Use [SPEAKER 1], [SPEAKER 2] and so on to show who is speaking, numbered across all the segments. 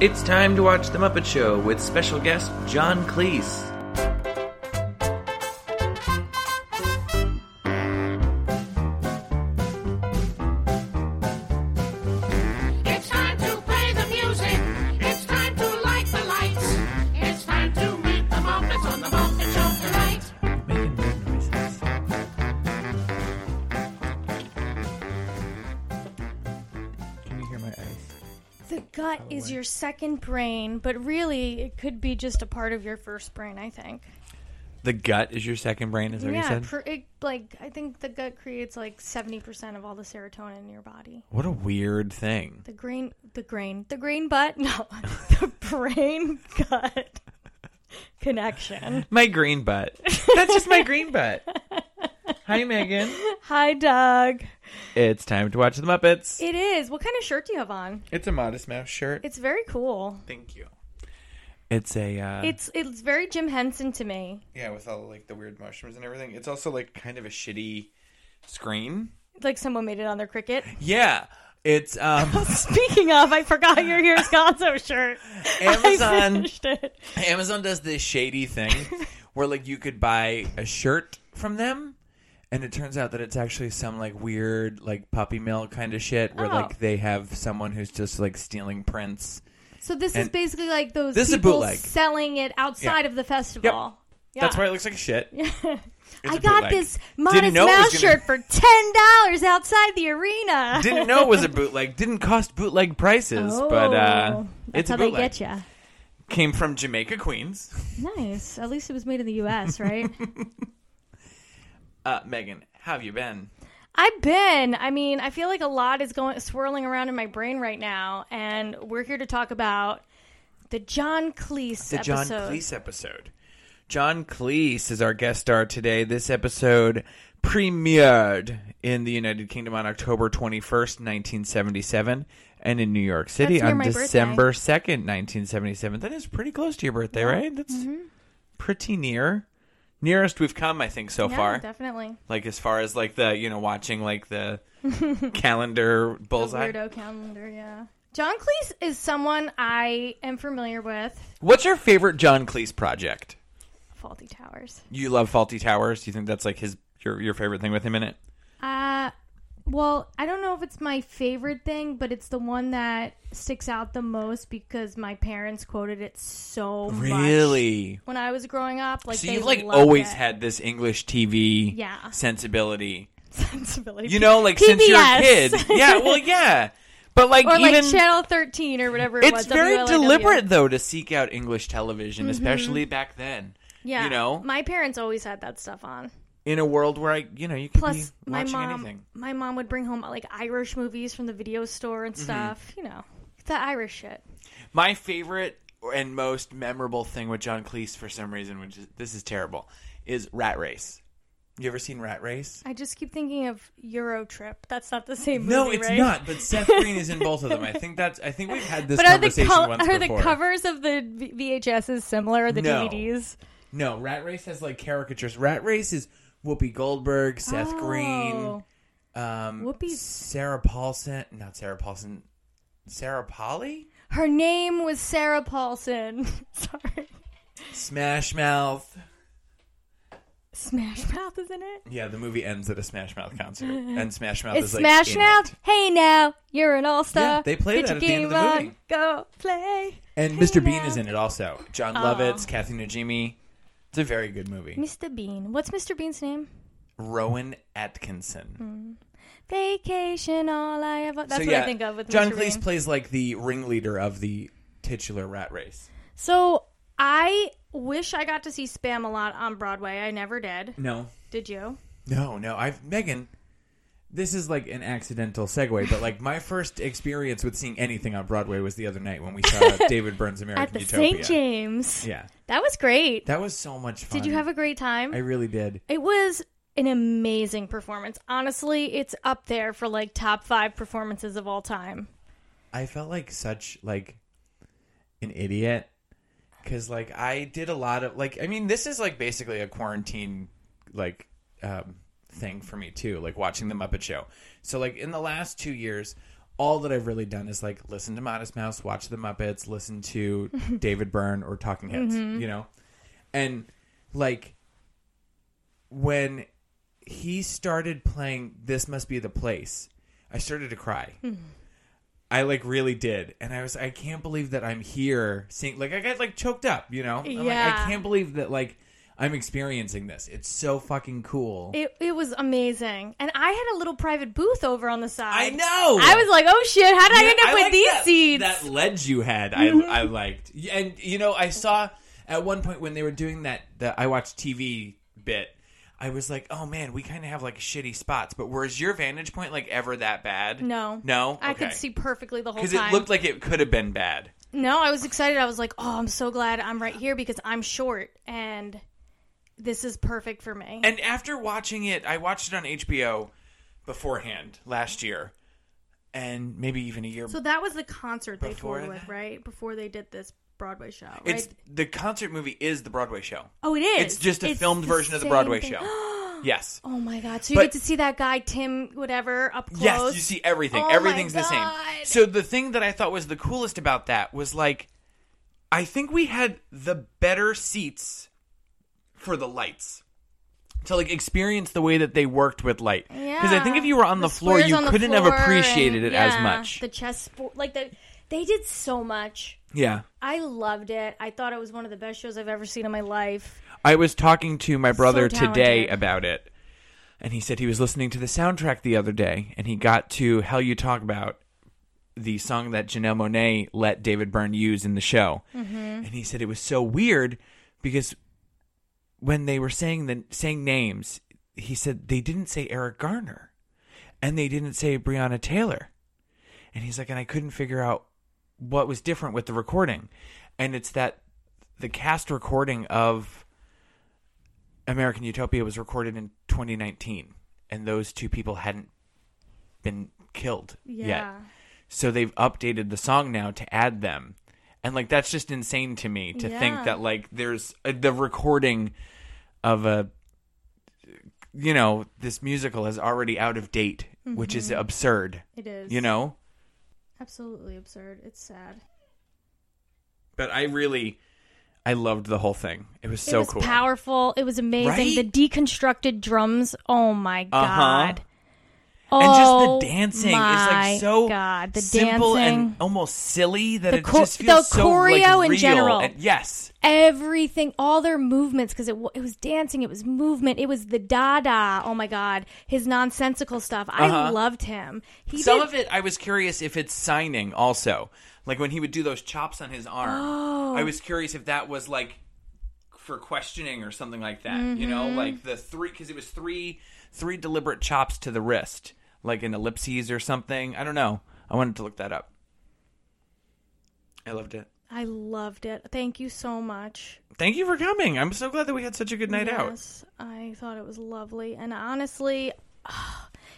[SPEAKER 1] It's time to watch The Muppet Show with special guest John Cleese.
[SPEAKER 2] It's time to play the music. It's time to light the lights. It's time to meet the Muppets on the Muppet Show tonight.
[SPEAKER 1] Making weird noises. Can you hear my eyes?
[SPEAKER 3] The gut is your second brain, but really it could be just a part of your first brain, I think.
[SPEAKER 1] The gut is your second brain, is that what you
[SPEAKER 3] yeah,
[SPEAKER 1] said?
[SPEAKER 3] pr- it, like I think the gut creates like 70% of all the serotonin in your body.
[SPEAKER 1] what a weird thing.
[SPEAKER 3] The grain the grain, the grain butt, no, the brain gut connection.
[SPEAKER 1] My green butt. That's just my green butt. Hi, Megan.
[SPEAKER 3] Hi Doug.
[SPEAKER 1] It's time to watch The Muppets.
[SPEAKER 3] It is. What kind of shirt do you have on?
[SPEAKER 1] It's a Modest Mouse shirt.
[SPEAKER 3] It's very cool.
[SPEAKER 1] Thank you. It's a. Uh,
[SPEAKER 3] It's it's very Jim Henson to me.
[SPEAKER 1] yeah, with all like the weird mushrooms and everything. It's also like kind of a shitty screen.
[SPEAKER 3] Like someone made it on their cricket.
[SPEAKER 1] Yeah. It's um
[SPEAKER 3] Speaking of, I forgot your Here's Gonzo shirt. I
[SPEAKER 1] Amazon
[SPEAKER 3] finished it.
[SPEAKER 1] Amazon does this shady thing where like you could buy a shirt from them and it turns out that it's actually some like weird like puppy mill kind of shit where
[SPEAKER 3] Oh.
[SPEAKER 1] like they have someone who's just like stealing prints.
[SPEAKER 3] So this is
[SPEAKER 1] And-
[SPEAKER 3] basically like those
[SPEAKER 1] This is a
[SPEAKER 3] people
[SPEAKER 1] bootleg.
[SPEAKER 3] selling it outside
[SPEAKER 1] Yeah.
[SPEAKER 3] of the festival. Yeah.
[SPEAKER 1] That's why it looks like shit.
[SPEAKER 3] I
[SPEAKER 1] a
[SPEAKER 3] got
[SPEAKER 1] bootleg.
[SPEAKER 3] this
[SPEAKER 1] Didn't
[SPEAKER 3] Modest
[SPEAKER 1] know it was
[SPEAKER 3] Mouse
[SPEAKER 1] gonna-
[SPEAKER 3] shirt for ten dollars outside the arena.
[SPEAKER 1] Didn't know it was a bootleg. Didn't cost bootleg prices,
[SPEAKER 3] Oh,
[SPEAKER 1] but uh
[SPEAKER 3] that's
[SPEAKER 1] it's
[SPEAKER 3] how
[SPEAKER 1] a bootleg.
[SPEAKER 3] they get you.
[SPEAKER 1] Came from Jamaica, Queens.
[SPEAKER 3] Nice. At least it was made in the U.S., right?
[SPEAKER 1] Uh Megan, how have you been?
[SPEAKER 3] I've been. I mean, I feel like a lot is going swirling around in my brain right now, and we're here to talk about the John Cleese
[SPEAKER 1] the John
[SPEAKER 3] episode.
[SPEAKER 1] Cleese episode. John Cleese is our guest star today. This episode premiered in the United Kingdom on October 21st, 1977, and in New York City
[SPEAKER 3] That's near
[SPEAKER 1] on
[SPEAKER 3] my birthday.
[SPEAKER 1] December 2nd, 1977. That is pretty close to your birthday, right? That's
[SPEAKER 3] Mm-hmm.
[SPEAKER 1] pretty near. Nearest we've come, I think, so
[SPEAKER 3] Yeah,
[SPEAKER 1] far.
[SPEAKER 3] definitely.
[SPEAKER 1] Like as far as like the you know watching like the calendar bullseye.
[SPEAKER 3] Weirdo calendar, yeah. John Cleese is someone I am familiar with.
[SPEAKER 1] What's your favorite John Cleese project?
[SPEAKER 3] Faulty Towers.
[SPEAKER 1] You love Faulty Towers. Do you think that's like his your your favorite thing with him in it?
[SPEAKER 3] Uh, well, I don't know if it's my favorite thing, but it's the one that sticks out the most because my parents quoted it so much
[SPEAKER 1] Really?
[SPEAKER 3] when I was growing up. Like,
[SPEAKER 1] So
[SPEAKER 3] they
[SPEAKER 1] you've like
[SPEAKER 3] loved
[SPEAKER 1] always
[SPEAKER 3] it.
[SPEAKER 1] had this English TV
[SPEAKER 3] Yeah.
[SPEAKER 1] sensibility.
[SPEAKER 3] sensibility,
[SPEAKER 1] You know, like since you're a
[SPEAKER 3] PBS.
[SPEAKER 1] kid. Yeah, well yeah. But like
[SPEAKER 3] or like
[SPEAKER 1] even
[SPEAKER 3] Channel Thirteen or whatever. it
[SPEAKER 1] it's
[SPEAKER 3] was,
[SPEAKER 1] very
[SPEAKER 3] WLAW.
[SPEAKER 1] deliberate though to seek out English television, especially back then.
[SPEAKER 3] Mm-hmm. Yeah,
[SPEAKER 1] You know?
[SPEAKER 3] my parents always had that stuff on.
[SPEAKER 1] in a world where I you know, you could
[SPEAKER 3] Plus,
[SPEAKER 1] be
[SPEAKER 3] my
[SPEAKER 1] watching
[SPEAKER 3] mom,
[SPEAKER 1] anything.
[SPEAKER 3] my mom would bring home like Irish movies from the video store
[SPEAKER 1] Mm-hmm.
[SPEAKER 3] and stuff. You know, the Irish shit.
[SPEAKER 1] My favorite and most memorable thing with John Cleese for some reason, which is this is terrible, is Rat Race. You ever seen Rat Race?
[SPEAKER 3] I just keep thinking of Euro Trip. That's not the same movie,
[SPEAKER 1] No, it's
[SPEAKER 3] right?
[SPEAKER 1] not. But Seth Green is in both of them. I think that's. I think we've had this
[SPEAKER 3] But are the
[SPEAKER 1] conversation
[SPEAKER 3] co-
[SPEAKER 1] once
[SPEAKER 3] are
[SPEAKER 1] before.
[SPEAKER 3] the covers of the v- VHSs similar? Or the
[SPEAKER 1] No.
[SPEAKER 3] DVDs?
[SPEAKER 1] no, Rat Race has like caricatures. Rat Race is Whoopi Goldberg, Seth Green,
[SPEAKER 3] Oh.
[SPEAKER 1] um,
[SPEAKER 3] Whoopi's.
[SPEAKER 1] Sarah Paulson. Not Sarah Paulson. Sarah Polly.
[SPEAKER 3] Her name was Sarah Paulson. Sorry,
[SPEAKER 1] Smash Mouth.
[SPEAKER 3] Smash Mouth is in it.
[SPEAKER 1] Yeah, the movie ends at a Smash Mouth concert, and Smash Mouth
[SPEAKER 3] It's
[SPEAKER 1] is like
[SPEAKER 3] Smash
[SPEAKER 1] in
[SPEAKER 3] Mouth.
[SPEAKER 1] it.
[SPEAKER 3] Hey now, you're an all star.
[SPEAKER 1] Yeah, they play that at the end of the movie.
[SPEAKER 3] Go play,
[SPEAKER 1] and
[SPEAKER 3] Hey
[SPEAKER 1] Mr. Bean
[SPEAKER 3] now.
[SPEAKER 1] is in it also. John
[SPEAKER 3] Oh.
[SPEAKER 1] Lovitz, Kathy Najimy. It's a very good movie.
[SPEAKER 3] Mr. Bean. What's Mr. Bean's name?
[SPEAKER 1] Rowan Atkinson.
[SPEAKER 3] Vacation. All I ever. That's what I think of with
[SPEAKER 1] John
[SPEAKER 3] Mr.
[SPEAKER 1] Cleese
[SPEAKER 3] Bean.
[SPEAKER 1] plays like the ringleader of the titular rat race.
[SPEAKER 3] so I wish I got to see Spam a lot on Broadway. I never did.
[SPEAKER 1] No,
[SPEAKER 3] Did you?
[SPEAKER 1] no, no. I've Megan. This is like an accidental segue, but like my first experience with seeing anything on Broadway was the other night when we saw David Burns' American
[SPEAKER 3] At the
[SPEAKER 1] Utopia.
[SPEAKER 3] St. James.
[SPEAKER 1] Yeah,
[SPEAKER 3] That was great.
[SPEAKER 1] that was so much fun.
[SPEAKER 3] Did you have a great time?
[SPEAKER 1] I really did.
[SPEAKER 3] it was an amazing performance. Honestly, it's up there for like top five performances of all time.
[SPEAKER 1] I felt like such like an idiot because like I did a lot of like I mean this is like basically a quarantine like um, thing for me too like watching the Muppet Show. So like in the last two years, all that I've really done is like listen to Modest Mouse, watch the Muppets, listen to David Byrne or Talking Heads, you know? And like when he started playing This Must Be the Place, I started to cry.
[SPEAKER 3] Hmm.
[SPEAKER 1] I like really did. And I was I can't believe that I'm here seeing like I got like choked up, you know? I'm like, I
[SPEAKER 3] Yeah.
[SPEAKER 1] can't believe that like I'm experiencing this. It's so fucking cool.
[SPEAKER 3] It, it was amazing. And I had a little private booth over on the
[SPEAKER 1] I
[SPEAKER 3] side.
[SPEAKER 1] know.
[SPEAKER 3] I was like, oh shit, how did I end up
[SPEAKER 1] I
[SPEAKER 3] with
[SPEAKER 1] like
[SPEAKER 3] these
[SPEAKER 1] that,
[SPEAKER 3] seeds? Mm-hmm.
[SPEAKER 1] That ledge you had, I, I liked. Yeah, And, you know, I saw at one point when they were doing that, the I watched TV bit, I was like, oh man, we kind of have like shitty spots, but was your vantage point like ever that bad?
[SPEAKER 3] no.
[SPEAKER 1] No?
[SPEAKER 3] I could see perfectly the whole
[SPEAKER 1] Because
[SPEAKER 3] time.
[SPEAKER 1] it looked like it could have been bad.
[SPEAKER 3] no, I was excited. I was like, oh, I'm so glad I'm right here because I'm short and this is perfect for me.
[SPEAKER 1] And after watching it, I watched it on HBO beforehand last year and maybe even a year
[SPEAKER 4] So that was the concert they
[SPEAKER 1] Before
[SPEAKER 4] toured with,
[SPEAKER 1] that?
[SPEAKER 4] right? Before they did this Broadway show, right?
[SPEAKER 1] It's the concert movie is the Broadway show.
[SPEAKER 3] oh, it is.
[SPEAKER 1] It's just a
[SPEAKER 3] It's
[SPEAKER 1] filmed
[SPEAKER 3] the
[SPEAKER 1] version of the
[SPEAKER 3] same
[SPEAKER 1] Broadway
[SPEAKER 3] thing.
[SPEAKER 1] show. yes.
[SPEAKER 3] Oh my god! So you
[SPEAKER 1] But-
[SPEAKER 3] get to see that guy Tim, whatever, up close.
[SPEAKER 1] Yes, you see everything.
[SPEAKER 3] Oh my
[SPEAKER 1] Everything's the same.
[SPEAKER 3] God.
[SPEAKER 1] So the thing that I thought was the coolest about that was like I think we had the better seats for the lights. To like experience the way that they worked with light. Because I think if you were on the, floor,
[SPEAKER 3] squares
[SPEAKER 1] you
[SPEAKER 3] on the
[SPEAKER 1] couldn't
[SPEAKER 3] floor
[SPEAKER 1] have appreciated
[SPEAKER 3] and-
[SPEAKER 1] it as
[SPEAKER 3] yeah,
[SPEAKER 1] much.
[SPEAKER 3] The chessboard, like the, they did so much.
[SPEAKER 1] yeah.
[SPEAKER 3] I loved it. I thought it was one of the best shows I've ever seen in my life.
[SPEAKER 1] I was talking to my brother today
[SPEAKER 3] talented.
[SPEAKER 1] about it, and he said he was listening to the soundtrack the other day, and he got to "How You Talk About" the song that Janelle Monet let David Byrne use in the show, and he said it was so weird because when they were saying the saying names, he said they didn't say Eric Garner, and they didn't say Breonna Taylor, and he's like, and I couldn't figure out what was different with the recording, and it's that the cast recording of American Utopia was recorded in 2019, and those two people hadn't been killed yet.
[SPEAKER 4] yeah.
[SPEAKER 1] So they've updated the song now to add them. And like that's just insane to me to
[SPEAKER 3] Yeah.
[SPEAKER 1] think that like there's a, the recording of a you know this musical is already out of date, which
[SPEAKER 3] Mm-hmm.
[SPEAKER 1] is absurd.
[SPEAKER 4] It is.
[SPEAKER 1] You know,
[SPEAKER 4] absolutely absurd. It's sad.
[SPEAKER 1] but I really I loved the whole thing. It was
[SPEAKER 3] It
[SPEAKER 1] so
[SPEAKER 3] was
[SPEAKER 1] cool.
[SPEAKER 3] powerful. It was amazing.
[SPEAKER 1] Right?
[SPEAKER 3] The deconstructed drums. Oh my
[SPEAKER 1] Uh-huh.
[SPEAKER 3] god. Oh,
[SPEAKER 1] and just the dancing is
[SPEAKER 3] my
[SPEAKER 1] like so
[SPEAKER 3] god. The
[SPEAKER 1] simple
[SPEAKER 3] dancing.
[SPEAKER 1] and almost silly that
[SPEAKER 3] The
[SPEAKER 1] it
[SPEAKER 3] cho-
[SPEAKER 1] just feels
[SPEAKER 3] the
[SPEAKER 1] so like,
[SPEAKER 3] choreo in
[SPEAKER 1] real.
[SPEAKER 3] general.
[SPEAKER 1] And- yes,
[SPEAKER 3] everything, all their movements, because it, wa- it was dancing, it was movement, it was the dada. Oh my god, his nonsensical stuff. I
[SPEAKER 1] Uh-huh.
[SPEAKER 3] loved him. He
[SPEAKER 1] some
[SPEAKER 3] did,
[SPEAKER 1] of it I was curious if it's signing also, like when he would do those chops on his arm. I
[SPEAKER 3] Oh.
[SPEAKER 1] was curious if that was like for questioning or something like that. You know,
[SPEAKER 3] Mm-hmm.
[SPEAKER 1] like the three because it was three three deliberate chops to the wrist, like an ellipses or something. I don't know. I wanted to look that up. I loved it.
[SPEAKER 3] I loved it. Thank you so much.
[SPEAKER 1] Thank you for coming. I'm so glad that we had such a good night out.
[SPEAKER 3] Yes, I thought it was lovely, and honestly,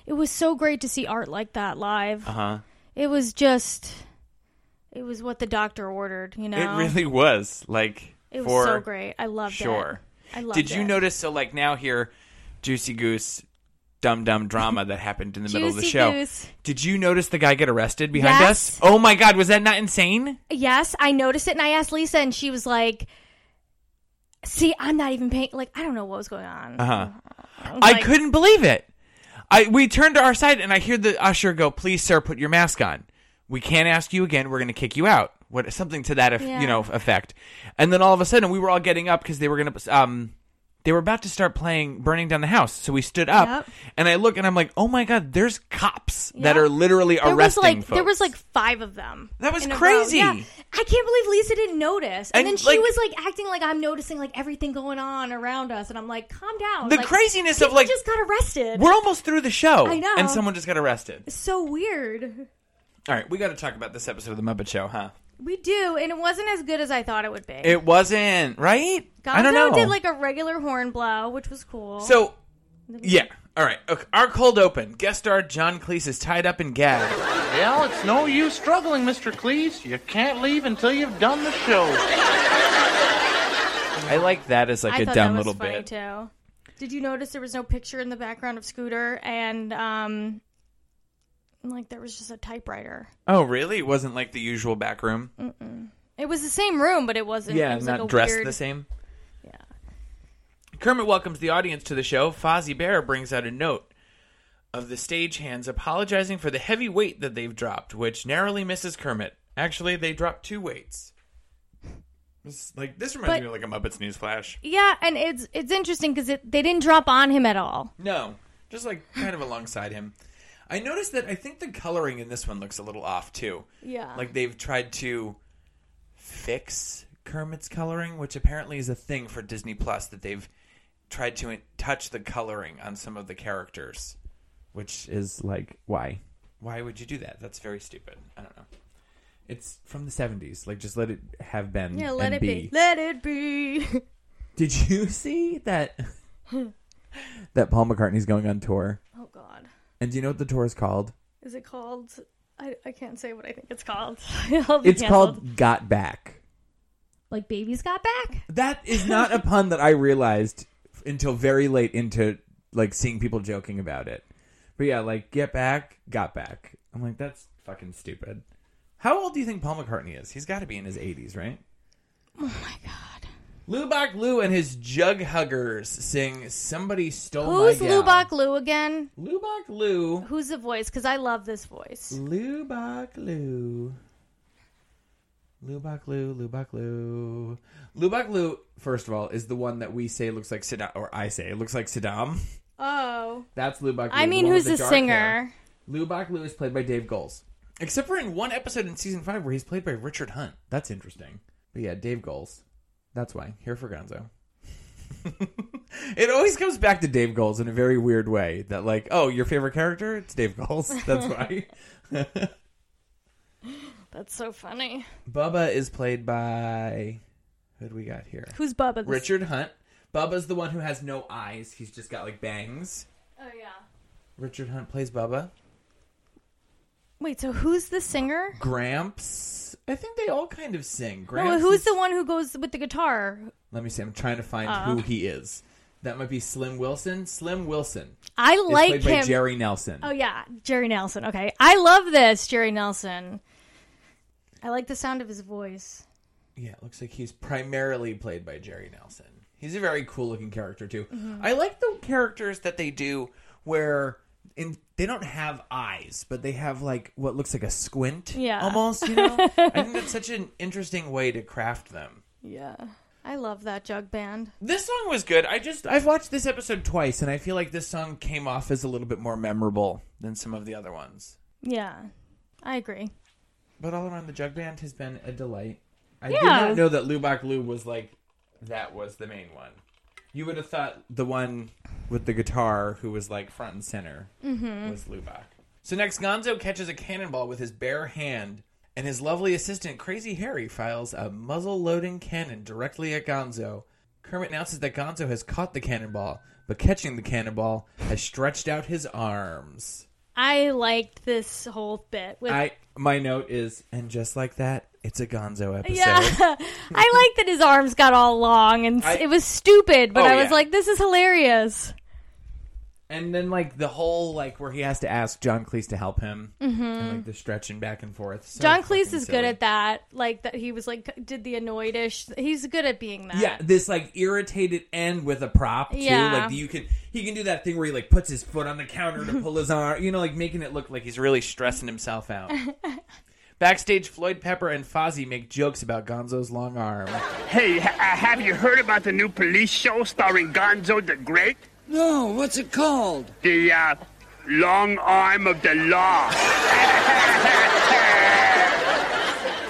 [SPEAKER 3] it was so great to see art like that live.
[SPEAKER 1] Uh huh.
[SPEAKER 3] It was just, it was what the doctor ordered. You know,
[SPEAKER 1] It really was like
[SPEAKER 3] It was
[SPEAKER 1] for
[SPEAKER 3] so great. I loved it.
[SPEAKER 1] sure.
[SPEAKER 3] I loved
[SPEAKER 1] Did you
[SPEAKER 3] it.
[SPEAKER 1] notice? So like now here, Juicy Goose, Dum Dum drama that happened in the middle of the
[SPEAKER 3] Juicy
[SPEAKER 1] show.
[SPEAKER 3] Goose.
[SPEAKER 1] Did you notice the guy get arrested behind
[SPEAKER 3] Yes.
[SPEAKER 1] us? Oh my God, was that not insane?
[SPEAKER 3] Yes, I noticed it, and I asked Lisa, and she was like, "See, I'm not even paying. Like, I don't know what was going on.
[SPEAKER 1] Uh-huh.
[SPEAKER 3] was
[SPEAKER 1] I
[SPEAKER 3] like-
[SPEAKER 1] couldn't believe it. I we turned to our side and I hear the usher go, "Please, sir, put your mask on. We can't ask you again. We're going to kick you out." What something to that, eff- you
[SPEAKER 3] Yeah.
[SPEAKER 1] know, effect. And then all of a sudden, we were all getting up because they were going to um. They were about to start playing "Burning Down the House," so we stood up,
[SPEAKER 3] Yep.
[SPEAKER 1] and I look and I'm like, "Oh my God! There's cops that
[SPEAKER 3] Yep.
[SPEAKER 1] are literally
[SPEAKER 3] There was
[SPEAKER 1] arresting
[SPEAKER 3] like
[SPEAKER 1] folks."
[SPEAKER 3] there was like five of them.
[SPEAKER 1] That was
[SPEAKER 3] in a row.
[SPEAKER 1] crazy.
[SPEAKER 3] Yeah. I can't believe Lisa didn't notice. And,
[SPEAKER 1] And,
[SPEAKER 3] then she
[SPEAKER 1] like-
[SPEAKER 3] was like acting like I'm noticing like everything going on around us, and I'm like, calm down.
[SPEAKER 1] The
[SPEAKER 3] Like,
[SPEAKER 1] craziness of,
[SPEAKER 3] people
[SPEAKER 1] like-
[SPEAKER 3] just got arrested.
[SPEAKER 1] we're almost through the show,
[SPEAKER 3] I know.
[SPEAKER 1] and someone just got arrested.
[SPEAKER 3] so weird.
[SPEAKER 1] All right, we got to talk about this episode of the Muppet Show, huh?
[SPEAKER 3] We do, and it wasn't as good as I thought it would be.
[SPEAKER 1] It wasn't right. I don't know.
[SPEAKER 3] Gonzo did like a regular horn blow, which was cool.
[SPEAKER 1] So, yeah. All right. Okay. Our cold open. Guest star John Cleese is tied up and gagged.
[SPEAKER 5] Well, it's no use struggling, Mr. Cleese. You can't leave until you've done the show.
[SPEAKER 1] I like that as like
[SPEAKER 3] I
[SPEAKER 1] a
[SPEAKER 3] thought
[SPEAKER 1] dumb
[SPEAKER 3] that was
[SPEAKER 1] little
[SPEAKER 3] funny
[SPEAKER 1] bit.
[SPEAKER 3] too. Did you notice there was no picture in the background of Scooter and um, like there was just a typewriter.
[SPEAKER 1] Oh, really? It wasn't like the usual back room.
[SPEAKER 3] It was the same room, but it wasn't.
[SPEAKER 1] Yeah,
[SPEAKER 3] Mm-hmm. it was
[SPEAKER 1] not
[SPEAKER 3] like a
[SPEAKER 1] dressed
[SPEAKER 3] weird,
[SPEAKER 1] the same. Yeah. Kermit welcomes the audience to the show. Fozzie Bear brings out a note of the stagehands apologizing for the heavy weight that they've dropped, which narrowly misses Kermit. Actually, they dropped two weights. This, like this reminds
[SPEAKER 3] But-
[SPEAKER 1] me of like a Muppets newsflash.
[SPEAKER 3] Yeah, and it's it's interesting because it, they didn't drop on him at all.
[SPEAKER 1] No, just like kind of alongside him. I noticed that I think the coloring in this one looks a little off too.
[SPEAKER 3] Yeah.
[SPEAKER 1] Like they've tried to fix Kermit's coloring, which apparently is a thing for Disney Plus that they've tried to in- touch the coloring on some of the characters, which is like why? Why would you do that? That's very stupid. I don't know. It's from the 70s. Like just let it have been
[SPEAKER 3] Yeah, let
[SPEAKER 1] and
[SPEAKER 3] it be. Let it be.
[SPEAKER 1] Did you see that that Paul McCartney's going on tour?
[SPEAKER 3] oh God,
[SPEAKER 1] And do you know what the tour is called?
[SPEAKER 3] is it called? I, I can't say what I think it's called. I'll be
[SPEAKER 1] It's
[SPEAKER 3] canceled.
[SPEAKER 1] called Got Back.
[SPEAKER 6] Like babies got back.
[SPEAKER 1] That is not a pun that I realized until very late into like seeing people joking about it. But yeah, like Get Back, Got Back. I'm like, that's fucking stupid. How old do you think Paul McCartney is? He's got to be in his 80s, right? Oh my god. Lubak Lou and his jug huggers sing "Somebody Stole
[SPEAKER 3] Who's
[SPEAKER 1] My Gal."
[SPEAKER 3] Lubak Lou again?
[SPEAKER 1] Lubak Lou.
[SPEAKER 3] Who's the voice? Because I love this voice.
[SPEAKER 1] Lubak Lou. Lubak Lou, Lubak Lou. Lubak Lou, first of all, is the one that we say looks like Saddam, or I say it looks like Saddam.
[SPEAKER 3] Oh,
[SPEAKER 1] That's Lubak Lou.
[SPEAKER 3] I mean,
[SPEAKER 1] one
[SPEAKER 3] who's
[SPEAKER 1] with
[SPEAKER 3] the
[SPEAKER 1] dark
[SPEAKER 3] singer?
[SPEAKER 1] hair. Lubak Lou is played by Dave Goles. Except for in one episode in season five where he's played by Richard Hunt. That's interesting. But yeah, Dave Goles. That's why. Here for Gonzo. it always comes back to Dave Goles in a very weird way. That like, oh, your favorite character? It's Dave Goles. That's why.
[SPEAKER 3] That's so funny.
[SPEAKER 1] Bubba is played by who do we got here?
[SPEAKER 3] Who's Bubba? The
[SPEAKER 1] Richard Hunt. Bubba's the one who has no eyes. He's just got like bangs.
[SPEAKER 3] Oh yeah.
[SPEAKER 1] Richard Hunt plays Bubba.
[SPEAKER 3] Wait, so who's the singer?
[SPEAKER 1] Gramps. I think they all kind of sing. Gramps.
[SPEAKER 3] Well, who's
[SPEAKER 1] is-
[SPEAKER 3] the one Uh-huh. who goes with the guitar?
[SPEAKER 1] Let me see. I'm trying to find who he is. That might be Slim Wilson. Slim Wilson.
[SPEAKER 3] I
[SPEAKER 1] Is
[SPEAKER 3] like
[SPEAKER 1] played
[SPEAKER 3] him.
[SPEAKER 1] by Jerry Nelson.
[SPEAKER 3] Oh yeah, Jerry Nelson. Okay, I love this Jerry Nelson. I like the sound of his voice.
[SPEAKER 1] Yeah, it looks like he's primarily played by Jerry Nelson. He's a very cool looking character too. I like the characters that they do where in they don't have eyes, but they have like what looks like a squint.
[SPEAKER 3] Yeah.
[SPEAKER 1] Almost, you know? I think that's such an interesting way to craft them.
[SPEAKER 3] Yeah, I love that jug band.
[SPEAKER 1] This song was good. I just I've watched this episode twice and I feel like this song came off as a little bit more memorable than some of the other ones.
[SPEAKER 3] Yeah, I agree.
[SPEAKER 1] But all around the jug band has been a delight. I did
[SPEAKER 3] Yeah.
[SPEAKER 1] not know that Lubak Lou was like that was the main one. You would have thought the one with the guitar who was like front and center was Lubak. So next Gonzo catches a cannonball with his bare hand and his lovely assistant Crazy Harry files a muzzle loading cannon directly at Gonzo. Kermit announces that Gonzo has caught the cannonball, but catching the cannonball has stretched out his arms.
[SPEAKER 3] I liked this whole bit. With,
[SPEAKER 1] I my note is, and just like that, it's a Gonzo episode.
[SPEAKER 3] yeah, I like that his arms got all long and s
[SPEAKER 1] I-
[SPEAKER 3] it was stupid, but
[SPEAKER 1] Oh,
[SPEAKER 3] I was
[SPEAKER 1] yeah.
[SPEAKER 3] like, this is hilarious.
[SPEAKER 1] And then like the whole like where he has to ask John Cleese to help him, and like the stretching back and forth. So
[SPEAKER 3] Mm-hmm. John
[SPEAKER 1] fucking
[SPEAKER 3] Cleese is
[SPEAKER 1] silly.
[SPEAKER 3] good at that. Like that, he was like did the annoyedish. He's good at being that.
[SPEAKER 1] Yeah, this like irritated end with a prop too.
[SPEAKER 3] Yeah.
[SPEAKER 1] Like you can he can do that thing where he like puts his foot on the counter to pull his arm, you know, like making it look like he's really stressing himself out. Backstage, Floyd Pepper and Fozzie make jokes about Gonzo's long arm.
[SPEAKER 7] Hey, ha- uh, have you heard about the new police show starring Gonzo the Great?
[SPEAKER 8] No, Oh, what's it called?
[SPEAKER 7] The uh, long arm of the law.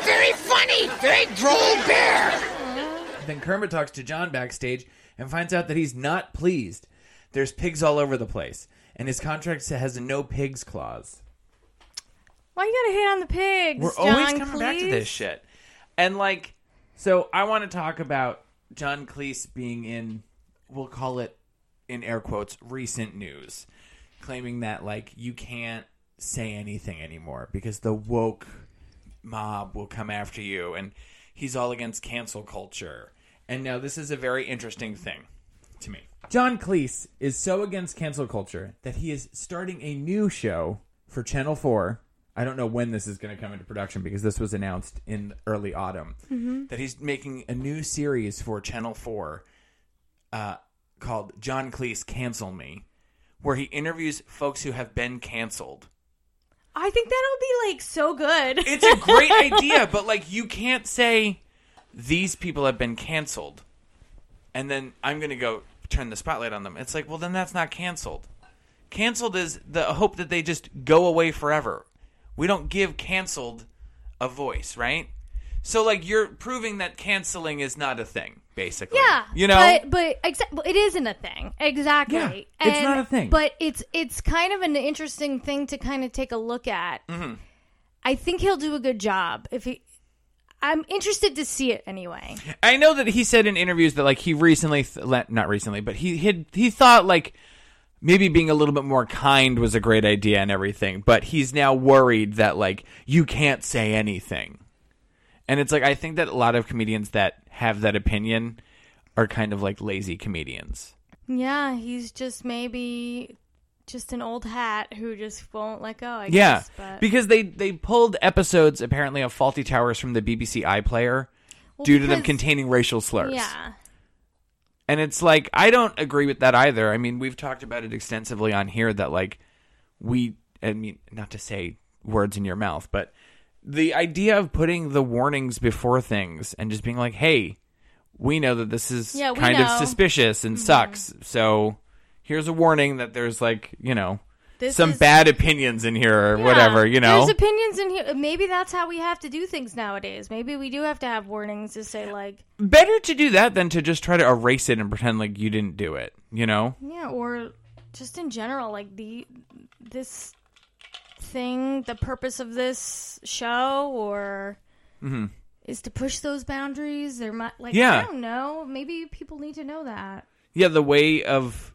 [SPEAKER 9] Very funny, very droll bear.
[SPEAKER 1] Then Kermit talks to John backstage and finds out that he's not pleased. There's pigs all over the place, and his contract sa- has a no pigs clause.
[SPEAKER 3] Why you gotta hate on the pigs?
[SPEAKER 1] We're
[SPEAKER 3] John
[SPEAKER 1] always coming back to
[SPEAKER 3] Cleese?
[SPEAKER 1] this shit. And like, so I want to talk about John Cleese being in, we'll call it in air quotes, recent news, claiming that like you can't say anything anymore because the woke mob will come after you and he's all against cancel culture. And now this is a very interesting thing to me. John Cleese is so against cancel culture that he is starting a new show for Channel 4. I don't know when this is going to come into production because this was announced in early autumn that he's making a new series for Channel 4 uh, called John Cleese Cancel Me, where he interviews folks who have been canceled.
[SPEAKER 3] I think that'll be like so good.
[SPEAKER 1] It's a great idea, but like you can't say these people have been canceled and then I'm going to go turn the spotlight on them. It's like, well, then that's not canceled. Canceled is the hope that they just go away forever. We don't give canceled a voice, right? So like you're proving that canceling is not a thing, basically.
[SPEAKER 10] Yeah,
[SPEAKER 1] You know?
[SPEAKER 10] but, but exa- well, it isn't a thing exactly.
[SPEAKER 1] Yeah, it's not a thing.
[SPEAKER 10] but it's it's kind of an interesting thing to kind of take a look at.
[SPEAKER 1] Mm-hmm.
[SPEAKER 10] I think he'll do a good job if he. I'm interested to see it anyway.
[SPEAKER 1] I know that he said in interviews that like he recently, th- le- not recently, but he had he thought like maybe being a little bit more kind was a great idea and everything, but he's now worried that like you can't say anything, and it's like I think that a lot of comedians that have that opinion are kind of like lazy comedians.
[SPEAKER 3] yeah, he's just maybe just an old hat who just won't let go. I
[SPEAKER 1] Yeah,
[SPEAKER 3] guess. But
[SPEAKER 1] because they they pulled episodes apparently of Faulty Towers from the BBC iPlayer due to them
[SPEAKER 3] because-
[SPEAKER 1] containing racial slurs.
[SPEAKER 3] yeah,
[SPEAKER 1] And it's like I don't agree with that either. I mean, we've talked about it extensively on here that like we I mean, not to say words in your mouth, but the idea of putting the warnings before things and just being like, "Hey, we know that this is
[SPEAKER 3] Yeah, we
[SPEAKER 1] kind of
[SPEAKER 3] know. Mm-hmm.
[SPEAKER 1] suspicious and sucks. So, here's a warning that there's like, you know,
[SPEAKER 3] This
[SPEAKER 1] some
[SPEAKER 3] is-
[SPEAKER 1] bad opinions in here or whatever, you know."
[SPEAKER 3] There's opinions in here. Maybe that's how we have to do things nowadays. Maybe we do have to have warnings to say like,
[SPEAKER 1] Better to do that than to just try to erase it and pretend like you didn't do it, you know?
[SPEAKER 3] yeah, or just in general, like the this thing, the purpose of this show, or is to push those boundaries. There might like
[SPEAKER 1] Mm-hmm. Yeah.
[SPEAKER 3] I don't know. Maybe people need to know that.
[SPEAKER 1] Yeah, the way of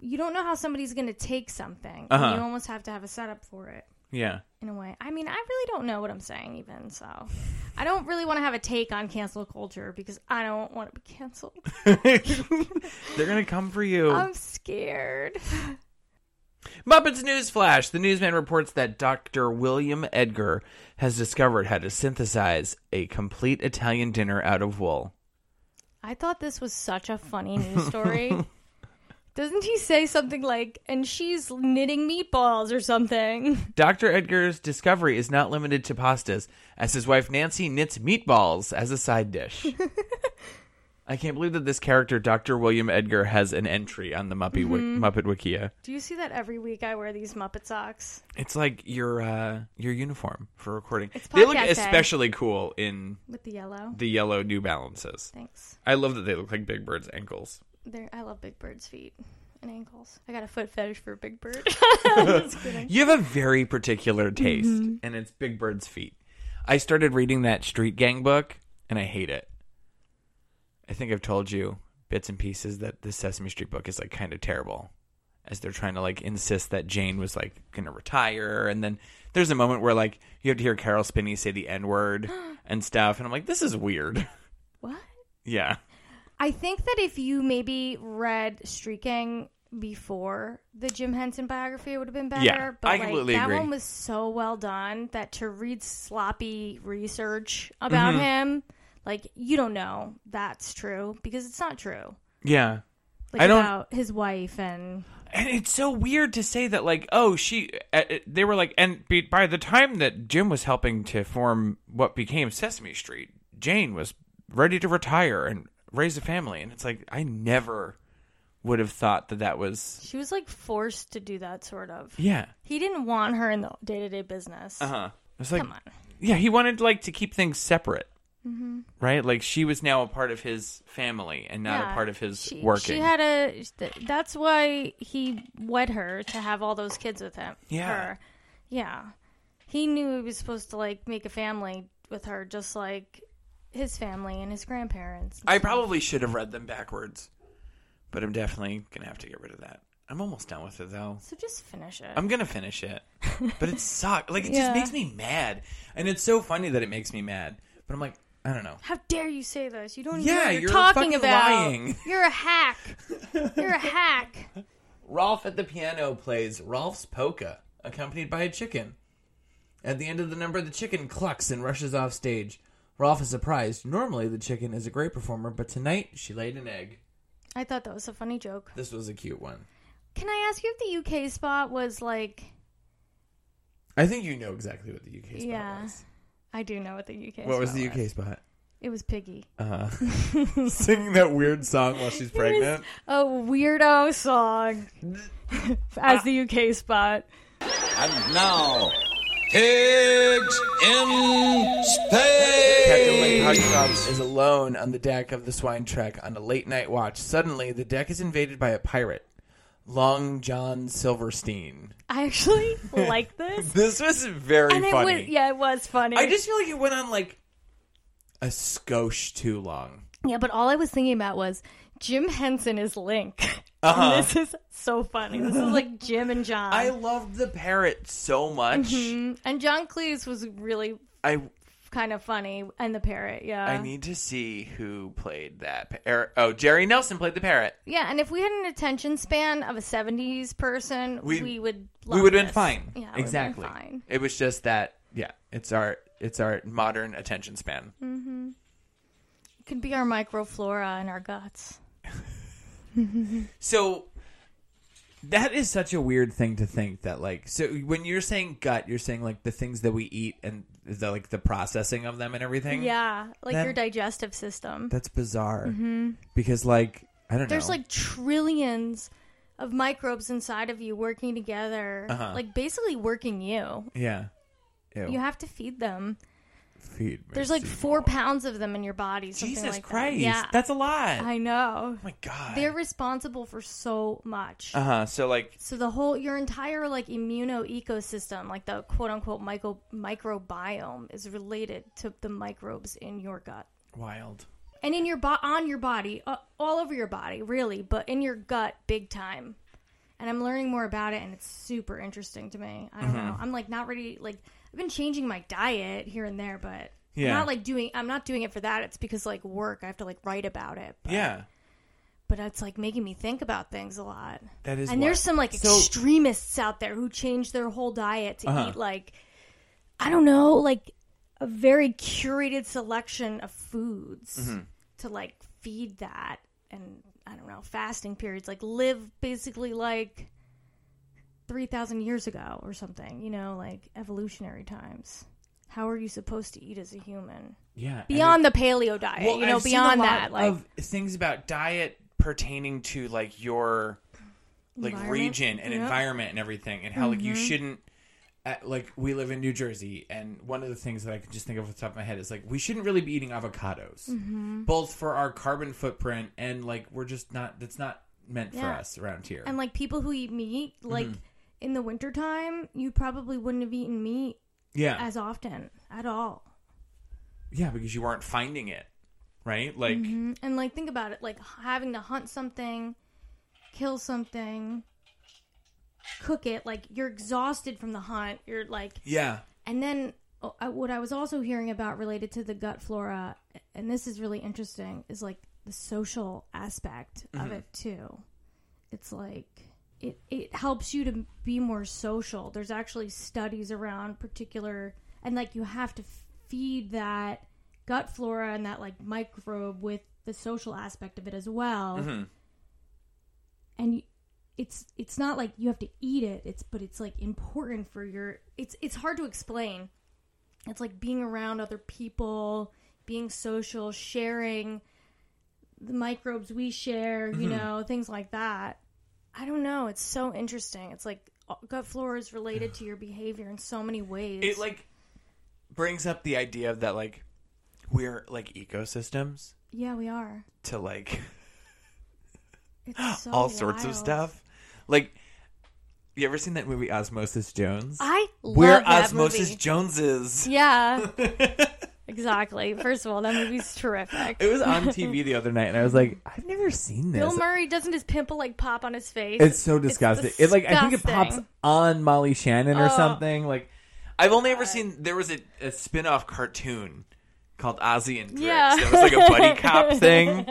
[SPEAKER 3] You don't know how somebody's going to take something.
[SPEAKER 1] Uh-huh.
[SPEAKER 3] You almost have to have a setup for it.
[SPEAKER 1] yeah.
[SPEAKER 3] in a way. I mean, I really don't know what I'm saying even, so I don't really want to have a take on cancel culture because I don't want to be canceled.
[SPEAKER 1] They're gonna come for you.
[SPEAKER 3] I'm scared.
[SPEAKER 1] Muppets News Flash. The newsman reports that Dr. William Edgar has discovered how to synthesize a complete Italian dinner out of wool.
[SPEAKER 3] I thought this was such a funny news story. Doesn't he say something like, and she's knitting meatballs or something?
[SPEAKER 1] Dr. Edgar's discovery is not limited to pastas, as his wife Nancy knits meatballs as a side dish. I can't believe that this character, Dr. William Edgar, has an entry on the Muppet, Wik
[SPEAKER 3] Mm-hmm.
[SPEAKER 1] Muppet Wikia.
[SPEAKER 3] Do you see that every week I wear these Muppet socks?
[SPEAKER 1] It's like your uh, your uniform for recording.
[SPEAKER 3] It's
[SPEAKER 1] They look
[SPEAKER 3] podcast day.
[SPEAKER 1] especially cool in
[SPEAKER 3] With the yellow.
[SPEAKER 1] the yellow New Balances.
[SPEAKER 3] Thanks.
[SPEAKER 1] I love that they look like Big Bird's ankles.
[SPEAKER 3] They're, I love Big Bird's feet and ankles. I got a foot fetish for Big Bird.
[SPEAKER 1] You have a very particular taste,
[SPEAKER 3] Mm-hmm.
[SPEAKER 1] and it's Big Bird's feet. I started reading that Street Gang book, and I hate it. I think I've told you bits and pieces that the Sesame Street book is like kind of terrible, as they're trying to like insist that Jane was like gonna retire, and then there's a moment where like you have to hear Carol Spinney say the N word and stuff, and I'm like, this is weird.
[SPEAKER 3] what?
[SPEAKER 1] yeah,
[SPEAKER 3] I think that if you maybe read Street Gang before the Jim Henson biography, it would have been better.
[SPEAKER 1] Yeah,
[SPEAKER 3] but
[SPEAKER 1] I
[SPEAKER 3] like,
[SPEAKER 1] completely
[SPEAKER 3] that
[SPEAKER 1] agree.
[SPEAKER 3] one was so well done that to read sloppy research about
[SPEAKER 1] Mm-hmm.
[SPEAKER 3] him, like you don't know that's true because it's not true.
[SPEAKER 1] yeah.
[SPEAKER 3] Like
[SPEAKER 1] I don't-
[SPEAKER 3] about his wife and
[SPEAKER 1] And it's so weird to say that, like, oh, she. Uh, uh, they were like, and be, by the time that Jim was helping to form what became Sesame Street, Jane was ready to retire and raise a family. And it's like, I never would have thought that that was.
[SPEAKER 3] she was like forced to do that sort of.
[SPEAKER 1] Yeah. Uh-huh.
[SPEAKER 3] He didn't want her in the day to day business.
[SPEAKER 1] Huh. It's like,
[SPEAKER 3] Come on. Mm-hmm.
[SPEAKER 1] yeah, he wanted like to keep things separate, right? Like she was now a part of his family and not a
[SPEAKER 3] Yeah.
[SPEAKER 1] part of his
[SPEAKER 3] She,
[SPEAKER 1] working.
[SPEAKER 3] she had a. th- That's why he wed her to have all those kids with him.
[SPEAKER 1] Yeah.
[SPEAKER 3] her. yeah. He knew he was supposed to like make a family with her, just like his family and his grandparents.
[SPEAKER 1] I probably should have read them backwards, but I'm definitely gonna have to get rid of that. I'm almost done with it though.
[SPEAKER 3] so just finish it.
[SPEAKER 1] I'm gonna finish it, but it sucks. Like it
[SPEAKER 3] Yeah.
[SPEAKER 1] just makes me mad, and it's so funny that it makes me mad. But I'm like, I don't know.
[SPEAKER 3] How dare you say this? You don't even
[SPEAKER 1] Yeah,
[SPEAKER 3] know what you're,
[SPEAKER 1] you're
[SPEAKER 3] talking
[SPEAKER 1] fucking
[SPEAKER 3] about.
[SPEAKER 1] lying.
[SPEAKER 3] You're a hack. You're a hack.
[SPEAKER 1] Rolf at the piano plays Rolf's polka, accompanied by a chicken. At the end of the number, the chicken clucks and rushes off stage. Rolf is surprised. Normally, the chicken is a great performer, but tonight she laid an egg.
[SPEAKER 3] I thought that was a funny joke.
[SPEAKER 1] This was a cute one.
[SPEAKER 3] Can I ask you if the UK spot was like?
[SPEAKER 1] I think you know exactly what the UK spot
[SPEAKER 3] Yeah.
[SPEAKER 1] was.
[SPEAKER 3] I do know what the UK.
[SPEAKER 1] What was
[SPEAKER 3] spot
[SPEAKER 1] the UK spot?
[SPEAKER 3] It was Piggy.
[SPEAKER 1] Uh, singing that weird song while she's pregnant.
[SPEAKER 3] A weirdo song as the UK spot.
[SPEAKER 8] And now, pigs in
[SPEAKER 1] Captain Lake
[SPEAKER 8] space.
[SPEAKER 1] Hogstrom is alone on the deck of the swine trek on a late night watch. Suddenly, the deck is invaded by a pirate, Long John Silverstein.
[SPEAKER 3] I actually like this.
[SPEAKER 1] This was very
[SPEAKER 3] And it
[SPEAKER 1] funny.
[SPEAKER 3] was yeah, it was funny.
[SPEAKER 1] I just feel like it went on like a skosh too long.
[SPEAKER 3] yeah, but all I was thinking about was Jim Henson is Link.
[SPEAKER 1] Uh-huh.
[SPEAKER 3] And this is so funny. This is like Jim and John.
[SPEAKER 1] I loved the parrot so much.
[SPEAKER 3] Mm, and John Cleese was really
[SPEAKER 1] I
[SPEAKER 3] kind of funny and the parrot, yeah.
[SPEAKER 1] I need to see who played that parrot. Oh, Jerry Nelson played the parrot.
[SPEAKER 3] yeah, and if we had an attention span of a 70s person,
[SPEAKER 1] We-
[SPEAKER 3] we, would
[SPEAKER 1] we
[SPEAKER 3] love
[SPEAKER 1] would have been
[SPEAKER 3] this.
[SPEAKER 1] fine.
[SPEAKER 3] Yeah, it would've
[SPEAKER 1] exactly.
[SPEAKER 3] Been fine.
[SPEAKER 1] It was just that. Yeah, it's our it's our modern attention span.
[SPEAKER 3] Could be our microflora and our guts.
[SPEAKER 1] So that is such a weird thing to think that like so when you're saying gut, you're saying like the things that we eat and the like the processing of them and everything.
[SPEAKER 3] Yeah, like
[SPEAKER 1] That-
[SPEAKER 3] your digestive system.
[SPEAKER 1] that's bizarre because like I don't
[SPEAKER 3] Mm-hmm. There's
[SPEAKER 1] know.
[SPEAKER 3] like trillions of microbes inside of you working together,
[SPEAKER 1] Uh-huh.
[SPEAKER 3] like basically working you.
[SPEAKER 1] yeah. Ew.
[SPEAKER 3] You have to feed them.
[SPEAKER 1] Feed me
[SPEAKER 3] There's like
[SPEAKER 1] some
[SPEAKER 3] four
[SPEAKER 1] more.
[SPEAKER 3] pounds of them in your body. Something
[SPEAKER 1] Jesus
[SPEAKER 3] like
[SPEAKER 1] Christ,
[SPEAKER 3] That. Yeah,
[SPEAKER 1] that's a lot.
[SPEAKER 3] I know.
[SPEAKER 1] oh my god.
[SPEAKER 3] They're responsible for so much.
[SPEAKER 1] uh huh. So like
[SPEAKER 3] so the whole your entire like immuno ecosystem, like the quote unquote micro microbiome, is related to the microbes in your gut.
[SPEAKER 1] wild.
[SPEAKER 3] and in your bo- on your body, uh, all over your body, really, but in your gut, big time. And I'm learning more about it, and it's super interesting to me. I don't
[SPEAKER 1] Mm-hmm.
[SPEAKER 3] know. I'm like not ready. Like I've been changing my diet here and there, but
[SPEAKER 1] Yeah.
[SPEAKER 3] I'm not like doing. I'm not doing it for that. It's because like work, I have to like write about it. But,
[SPEAKER 1] Yeah.
[SPEAKER 3] but it's like making me think about things a lot.
[SPEAKER 1] That is
[SPEAKER 3] And
[SPEAKER 1] wild.
[SPEAKER 3] there's some like
[SPEAKER 1] So-
[SPEAKER 3] extremists out there who change their whole diet to
[SPEAKER 1] Uh-huh.
[SPEAKER 3] eat like I don't know, like a very curated selection of foods
[SPEAKER 1] Mm-hmm.
[SPEAKER 3] to like feed that and I don't know, fasting periods like live basically like 3000 years ago or something, you know, like evolutionary times. How are you supposed to eat as a human?
[SPEAKER 1] Yeah. and
[SPEAKER 3] Beyond the paleo diet,
[SPEAKER 1] Well,
[SPEAKER 3] you know,
[SPEAKER 1] I've seen a
[SPEAKER 3] beyond
[SPEAKER 1] lot
[SPEAKER 3] that, like
[SPEAKER 1] of things about diet pertaining to like your like
[SPEAKER 3] Environment? Mm-hmm.
[SPEAKER 1] region and
[SPEAKER 3] Yep.
[SPEAKER 1] environment and everything, and how like you shouldn't. uh like we live in New Jersey, and one of the things that I can just think of off the top of my head is like we shouldn't really be eating avocados,
[SPEAKER 3] Mm-hmm.
[SPEAKER 1] both for our carbon footprint and like we're just not. That's not meant for
[SPEAKER 3] Yeah.
[SPEAKER 1] us around here.
[SPEAKER 3] and like people who eat meat like in the wintertime you probably wouldn't have eaten meat
[SPEAKER 1] yeah,
[SPEAKER 3] as often at all
[SPEAKER 1] yeah, because you weren't finding it, right? Like
[SPEAKER 3] and like think about it like having to hunt something kill something cook it like you're exhausted from the hunt you're like
[SPEAKER 1] yeah,
[SPEAKER 3] and then oh, I- what i was also hearing about related to the gut flora and this is really interesting is like the social aspect of it too it's like it, it helps you to be more social there's actually studies around particular and like you have to feed that gut flora and that like microbe with the social aspect of it as well
[SPEAKER 1] Mm-hmm.
[SPEAKER 3] and y- it's it's not like you have to eat it it's but it's like important for your it's it's hard to explain it's like being around other people being social sharing the microbes we share
[SPEAKER 1] Mm-hmm.
[SPEAKER 3] you know things like that i don't know it's so interesting it's like uh, gut flora is related to your behavior in so many ways
[SPEAKER 1] it like brings up the idea of that like we're like ecosystems
[SPEAKER 3] yeah we are
[SPEAKER 1] to like.
[SPEAKER 3] it's so
[SPEAKER 1] all sorts of
[SPEAKER 3] wild.
[SPEAKER 1] stuff. Like, you ever seen that movie Osmosis Jones?
[SPEAKER 3] i love
[SPEAKER 1] Where
[SPEAKER 3] that
[SPEAKER 1] Osmosis
[SPEAKER 3] movie.
[SPEAKER 1] Jones is.
[SPEAKER 3] yeah exactly first of all that movie's terrific
[SPEAKER 1] It was on TV the other night, and I was like, I've never seen this.
[SPEAKER 3] Bill Murray doesn't his pimple like pop on his face.
[SPEAKER 1] it's so disgusting. It like I think it pops
[SPEAKER 3] disgusting. Oh.
[SPEAKER 1] on Molly Shannon or something. Like, I've only ever seen there was a, a spin off cartoon called Ozzy and Drix.
[SPEAKER 3] Yeah.
[SPEAKER 1] It was like a buddy cop thing.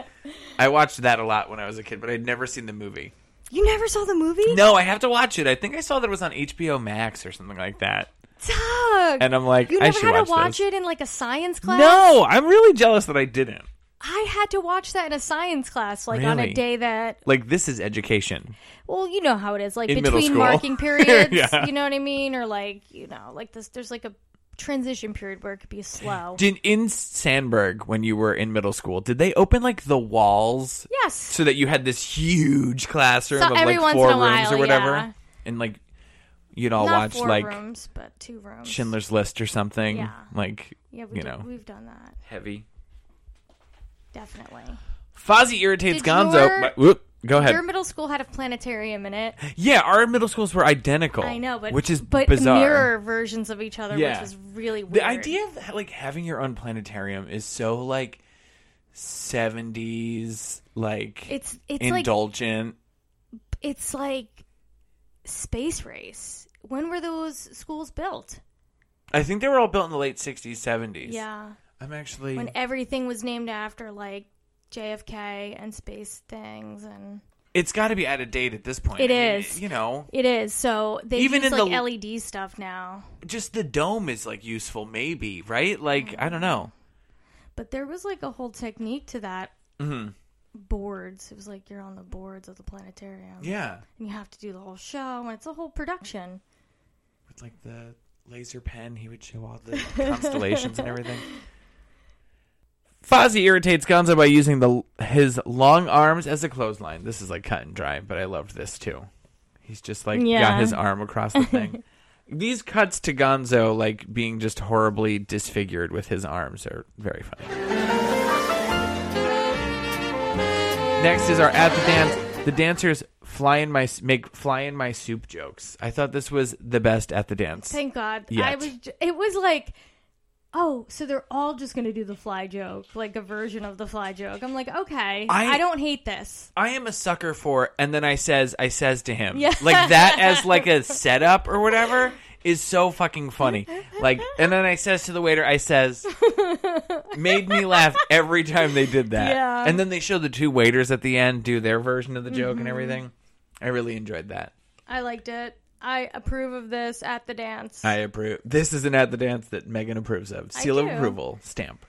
[SPEAKER 1] I watched that a lot when I was a kid, but I'd never seen the movie.
[SPEAKER 3] You never saw the movie?
[SPEAKER 1] No, I have to watch it. I think I saw that it was on HBO Max or something like that.
[SPEAKER 3] Doug!
[SPEAKER 1] And I'm like,
[SPEAKER 3] you
[SPEAKER 1] I
[SPEAKER 3] never
[SPEAKER 1] should
[SPEAKER 3] had
[SPEAKER 1] watch,
[SPEAKER 3] to watch
[SPEAKER 1] this.
[SPEAKER 3] it in like a science class?
[SPEAKER 1] No, I'm really jealous that I didn't.
[SPEAKER 3] I had to watch that in a science class, like on
[SPEAKER 1] Really?
[SPEAKER 3] a day that,
[SPEAKER 1] Like this is education.
[SPEAKER 3] well, you know how it is, like
[SPEAKER 1] In middle
[SPEAKER 3] between
[SPEAKER 1] school.
[SPEAKER 3] marking periods,
[SPEAKER 1] Yeah.
[SPEAKER 3] you know what I mean, or like you know, like this. There's like a transition period where it could be slow.
[SPEAKER 1] Did in Sandberg when you were in middle school, did they open like the walls
[SPEAKER 3] yes,
[SPEAKER 1] so that you had this huge classroom
[SPEAKER 3] So
[SPEAKER 1] of
[SPEAKER 3] every
[SPEAKER 1] like
[SPEAKER 3] once
[SPEAKER 1] four
[SPEAKER 3] in a
[SPEAKER 1] rooms or
[SPEAKER 3] while,
[SPEAKER 1] whatever?
[SPEAKER 3] yeah.
[SPEAKER 1] And like you'd all
[SPEAKER 3] not
[SPEAKER 1] watch
[SPEAKER 3] four
[SPEAKER 1] like
[SPEAKER 3] rooms, but two rooms.
[SPEAKER 1] Schindler's List or something.
[SPEAKER 3] Yeah.
[SPEAKER 1] Like
[SPEAKER 3] yeah, we
[SPEAKER 1] you
[SPEAKER 3] did-
[SPEAKER 1] know,
[SPEAKER 3] we've done that
[SPEAKER 1] heavy.
[SPEAKER 3] definitely.
[SPEAKER 1] Fozzie irritates
[SPEAKER 3] Did
[SPEAKER 1] Gonzo.
[SPEAKER 3] your-
[SPEAKER 1] but- whoop, go ahead.
[SPEAKER 3] Your middle school had a planetarium in it.
[SPEAKER 1] Yeah, our middle schools were identical.
[SPEAKER 3] I know, but
[SPEAKER 1] which is
[SPEAKER 3] but
[SPEAKER 1] bizarre.
[SPEAKER 3] mirror versions of each other,
[SPEAKER 1] Yeah.
[SPEAKER 3] which is really weird.
[SPEAKER 1] the idea of like having your own planetarium is so like seventies, like
[SPEAKER 3] it's it's like
[SPEAKER 1] indulgent.
[SPEAKER 3] it's like space race. When were those schools built?
[SPEAKER 1] I think they were all built in the late sixties, seventies.
[SPEAKER 3] Yeah,
[SPEAKER 1] I'm actually.
[SPEAKER 3] when everything was named after like JFK and space things, and
[SPEAKER 1] it's got to be out of date at this point.
[SPEAKER 3] It
[SPEAKER 1] It is,
[SPEAKER 3] is.
[SPEAKER 1] You know,
[SPEAKER 3] it is so they
[SPEAKER 1] Even
[SPEAKER 3] even
[SPEAKER 1] in
[SPEAKER 3] use like
[SPEAKER 1] the-
[SPEAKER 3] LED stuff now.
[SPEAKER 1] just the dome is like useful, maybe right?
[SPEAKER 3] Mm-hmm.
[SPEAKER 1] Like I don't know.
[SPEAKER 3] But there was like a whole technique to that.
[SPEAKER 1] Mm-hmm.
[SPEAKER 3] Boards. It was like you're on the boards of the planetarium,
[SPEAKER 1] Yeah,
[SPEAKER 3] and you have to do the whole show, and it's a whole production.
[SPEAKER 1] with like the laser pen, he would show all the constellations and everything. Fozzie irritates Gonzo by using the his long arms as a clothesline. This is like cut and dry, but I loved this too. He's just like got
[SPEAKER 3] Yeah.
[SPEAKER 1] his arm across the thing. These cuts to Gonzo like being just horribly disfigured with his arms are very funny. Next is our at the dance. The dancers fly in my make fly in my soup jokes. I thought this was the best at the dance.
[SPEAKER 3] Thank God. I
[SPEAKER 1] Yet.
[SPEAKER 3] was. j- It was like, oh, so they're all just going to do the fly joke, like a version of the fly joke. I'm like, okay,
[SPEAKER 1] I-
[SPEAKER 3] I, don't hate this.
[SPEAKER 1] I am a sucker for, and then I says, I says to him,
[SPEAKER 3] Yeah.
[SPEAKER 1] like that as like a setup or whatever is so fucking funny. Like, and then I says to the waiter, I says, made me laugh every time they did that.
[SPEAKER 3] Yeah.
[SPEAKER 1] And then they show the two waiters at the end do their version of the joke
[SPEAKER 3] Mm-hmm.
[SPEAKER 1] and everything. I really enjoyed that.
[SPEAKER 3] I liked it. I approve of this at the dance.
[SPEAKER 1] I approve. This is an at the dance that Megan approves of. Seal of
[SPEAKER 3] do.
[SPEAKER 1] approval stamp.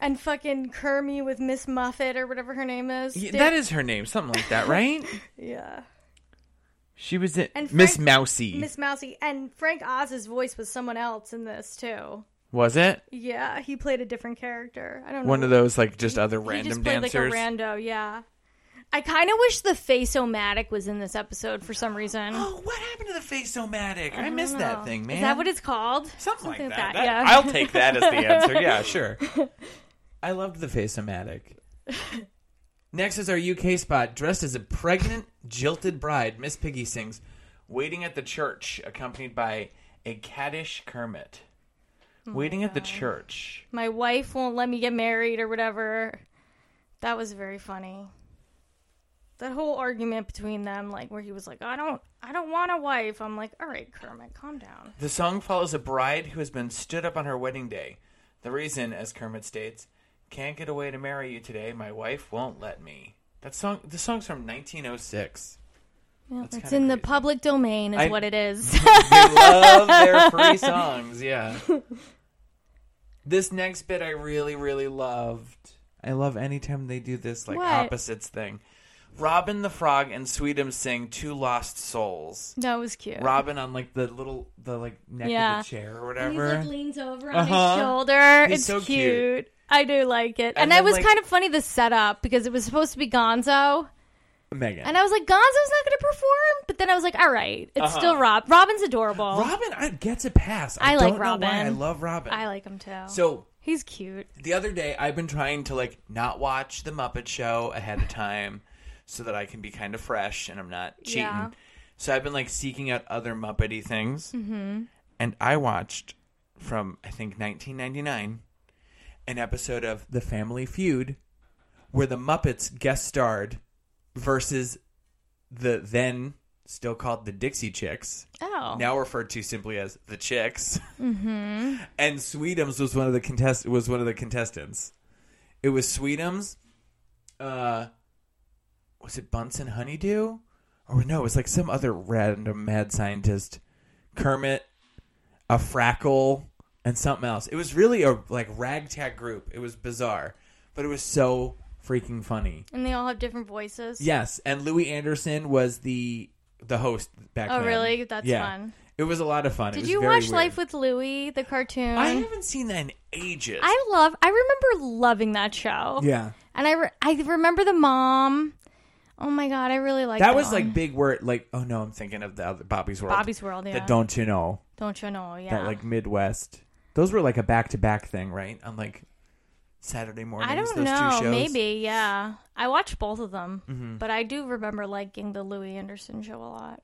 [SPEAKER 3] and fucking Kermie with Miss Muffet or whatever her name is.
[SPEAKER 1] Yeah,
[SPEAKER 3] Did-
[SPEAKER 1] that is her name, something like that, right?
[SPEAKER 3] yeah.
[SPEAKER 1] she was in
[SPEAKER 3] And
[SPEAKER 1] Miss
[SPEAKER 3] Frank-
[SPEAKER 1] Mousy.
[SPEAKER 3] Miss Mousy and Frank Oz's voice was someone else in this too.
[SPEAKER 1] was it
[SPEAKER 3] Yeah, he played a different character. I don't know.
[SPEAKER 1] one of those like just other random
[SPEAKER 3] he just played
[SPEAKER 1] dancers?
[SPEAKER 3] like a rando. Yeah. I kind of wish the face o was in this episode for some reason.
[SPEAKER 1] Oh, what happened to the face-o-matic? I, missed that thing, man.
[SPEAKER 3] Is that what it's called?
[SPEAKER 1] Something, like that. That-
[SPEAKER 3] yeah.
[SPEAKER 1] I'll take that as the answer. Yeah, sure. I loved the face-o-matic. Next is our UK spot. Dressed as a pregnant, jilted bride, Miss Piggy sings Waiting at the Church, accompanied by a caddish Kermit.
[SPEAKER 3] Oh
[SPEAKER 1] Waiting at the Church.
[SPEAKER 3] My wife won't let me get married or whatever. That was very funny. That whole argument between them, like where he was like, "I don't, I don't want a wife." I'm like, "All right, Kermit, calm down."
[SPEAKER 1] The song follows a bride who has been stood up on her wedding day. The reason, as Kermit states, can't get away to marry you today. My wife won't let me. That song. The song's from 1906.
[SPEAKER 3] It's
[SPEAKER 1] kinda
[SPEAKER 3] in the
[SPEAKER 1] crazy.
[SPEAKER 3] public domain, is
[SPEAKER 1] I-
[SPEAKER 3] what it is.
[SPEAKER 1] They love their free songs. Yeah. This next bit I really, really loved. I love anytime they do this like
[SPEAKER 3] What?
[SPEAKER 1] opposites thing. Robin the Frog and Sweetums sing Two Lost Souls.
[SPEAKER 3] that was cute.
[SPEAKER 1] Robin on like the little the like neck
[SPEAKER 3] Yeah.
[SPEAKER 1] of the chair or
[SPEAKER 3] He
[SPEAKER 1] whatever.
[SPEAKER 3] like leans over on
[SPEAKER 1] Uh-huh.
[SPEAKER 3] his shoulder.
[SPEAKER 1] He's
[SPEAKER 3] it's
[SPEAKER 1] so
[SPEAKER 3] cute.
[SPEAKER 1] cute.
[SPEAKER 3] I do like it,
[SPEAKER 1] And
[SPEAKER 3] and,
[SPEAKER 1] then,
[SPEAKER 3] it was
[SPEAKER 1] like-
[SPEAKER 3] kind of funny the setup because it was supposed to be Gonzo.
[SPEAKER 1] Megan.
[SPEAKER 3] And I was like, Gonzo's not going to perform. But then I was like, all right, it's
[SPEAKER 1] Uh-huh.
[SPEAKER 3] still Rob. Robin's adorable.
[SPEAKER 1] Robin I, gets a pass. I,
[SPEAKER 3] I like
[SPEAKER 1] don't know why.
[SPEAKER 3] Robin.
[SPEAKER 1] I love Robin.
[SPEAKER 3] I like him too.
[SPEAKER 1] so
[SPEAKER 3] He's cute.
[SPEAKER 1] the other day, I've been trying to like not watch the Muppet Show ahead of time, so that I can be kind of fresh and I'm not cheating.
[SPEAKER 3] Yeah.
[SPEAKER 1] So I've been like seeking out other Muppety things, mm-hmm. and I watched from I think 1999 an episode of The Family Feud where the Muppets guest starred versus the then still called the Dixie Chicks
[SPEAKER 3] Oh.
[SPEAKER 1] now referred to simply as the chicks. and Sweetums was one of the contest was one of the contestants. It was Sweetums. Uh, was it Bunsen Honeydew or no, it was like some other random mad scientist, Kermit, a Frackle, and something else. It was really a like ragtag group. It was bizarre, but it was so freaking funny.
[SPEAKER 3] And they all have different voices.
[SPEAKER 1] Yes, and Louis Anderson was the the host back
[SPEAKER 3] Oh,
[SPEAKER 1] then.
[SPEAKER 3] really? That's
[SPEAKER 1] Yeah.
[SPEAKER 3] fun.
[SPEAKER 1] It was a lot of fun. It
[SPEAKER 3] Did
[SPEAKER 1] was
[SPEAKER 3] you
[SPEAKER 1] very
[SPEAKER 3] watch
[SPEAKER 1] weird.
[SPEAKER 3] Life with Louie, the cartoon?
[SPEAKER 1] I haven't seen that in ages.
[SPEAKER 3] I love. I remember loving that show.
[SPEAKER 1] yeah.
[SPEAKER 3] And I, re- I remember the mom. Oh my god, I really like
[SPEAKER 1] That was like big word. Like, oh no, I'm thinking of the other Bobby's World.
[SPEAKER 3] Bobby's World, yeah.
[SPEAKER 1] That don't you know?
[SPEAKER 3] Don't you know? Yeah.
[SPEAKER 1] That like Midwest. Those were like a back to back thing, right? On like Saturday mornings.
[SPEAKER 3] I don't
[SPEAKER 1] those Two
[SPEAKER 3] know.
[SPEAKER 1] shows. Mm-hmm.
[SPEAKER 3] Maybe, yeah. I watched both of them, but I do remember liking the Louis Anderson show a lot.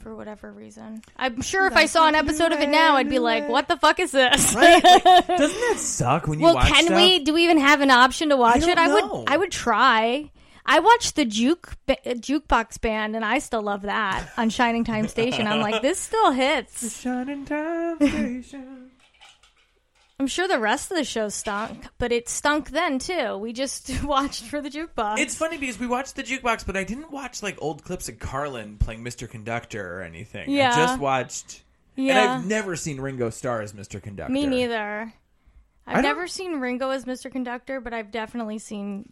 [SPEAKER 3] For whatever reason, I'm sure if I saw an episode of it now, I'd be like, "What the fuck is this?"
[SPEAKER 1] Right? Like, doesn't that suck when you
[SPEAKER 3] well,
[SPEAKER 1] watch
[SPEAKER 3] can
[SPEAKER 1] stuff?
[SPEAKER 3] we? Do we even have an option to watch
[SPEAKER 1] don't
[SPEAKER 3] it? I
[SPEAKER 1] know.
[SPEAKER 3] would. I would try. I watched the juke ba- uh, jukebox band, and I still love that on Shining Time Station. I'm like, this still hits.
[SPEAKER 1] Shining Time Station.
[SPEAKER 3] I'm sure the rest of the show stunk, but it stunk then too. We just watched for the jukebox.
[SPEAKER 1] It's funny because we watched the jukebox, but I didn't watch like old clips of Carlin playing Mr. Conductor or anything. I
[SPEAKER 3] Yeah.
[SPEAKER 1] just watched. And
[SPEAKER 3] yeah,
[SPEAKER 1] I've never seen Ringo Starr as Mr. Conductor.
[SPEAKER 3] me neither.
[SPEAKER 1] I
[SPEAKER 3] I've
[SPEAKER 1] don't-
[SPEAKER 3] never seen Ringo as Mr. Conductor, but I've definitely seen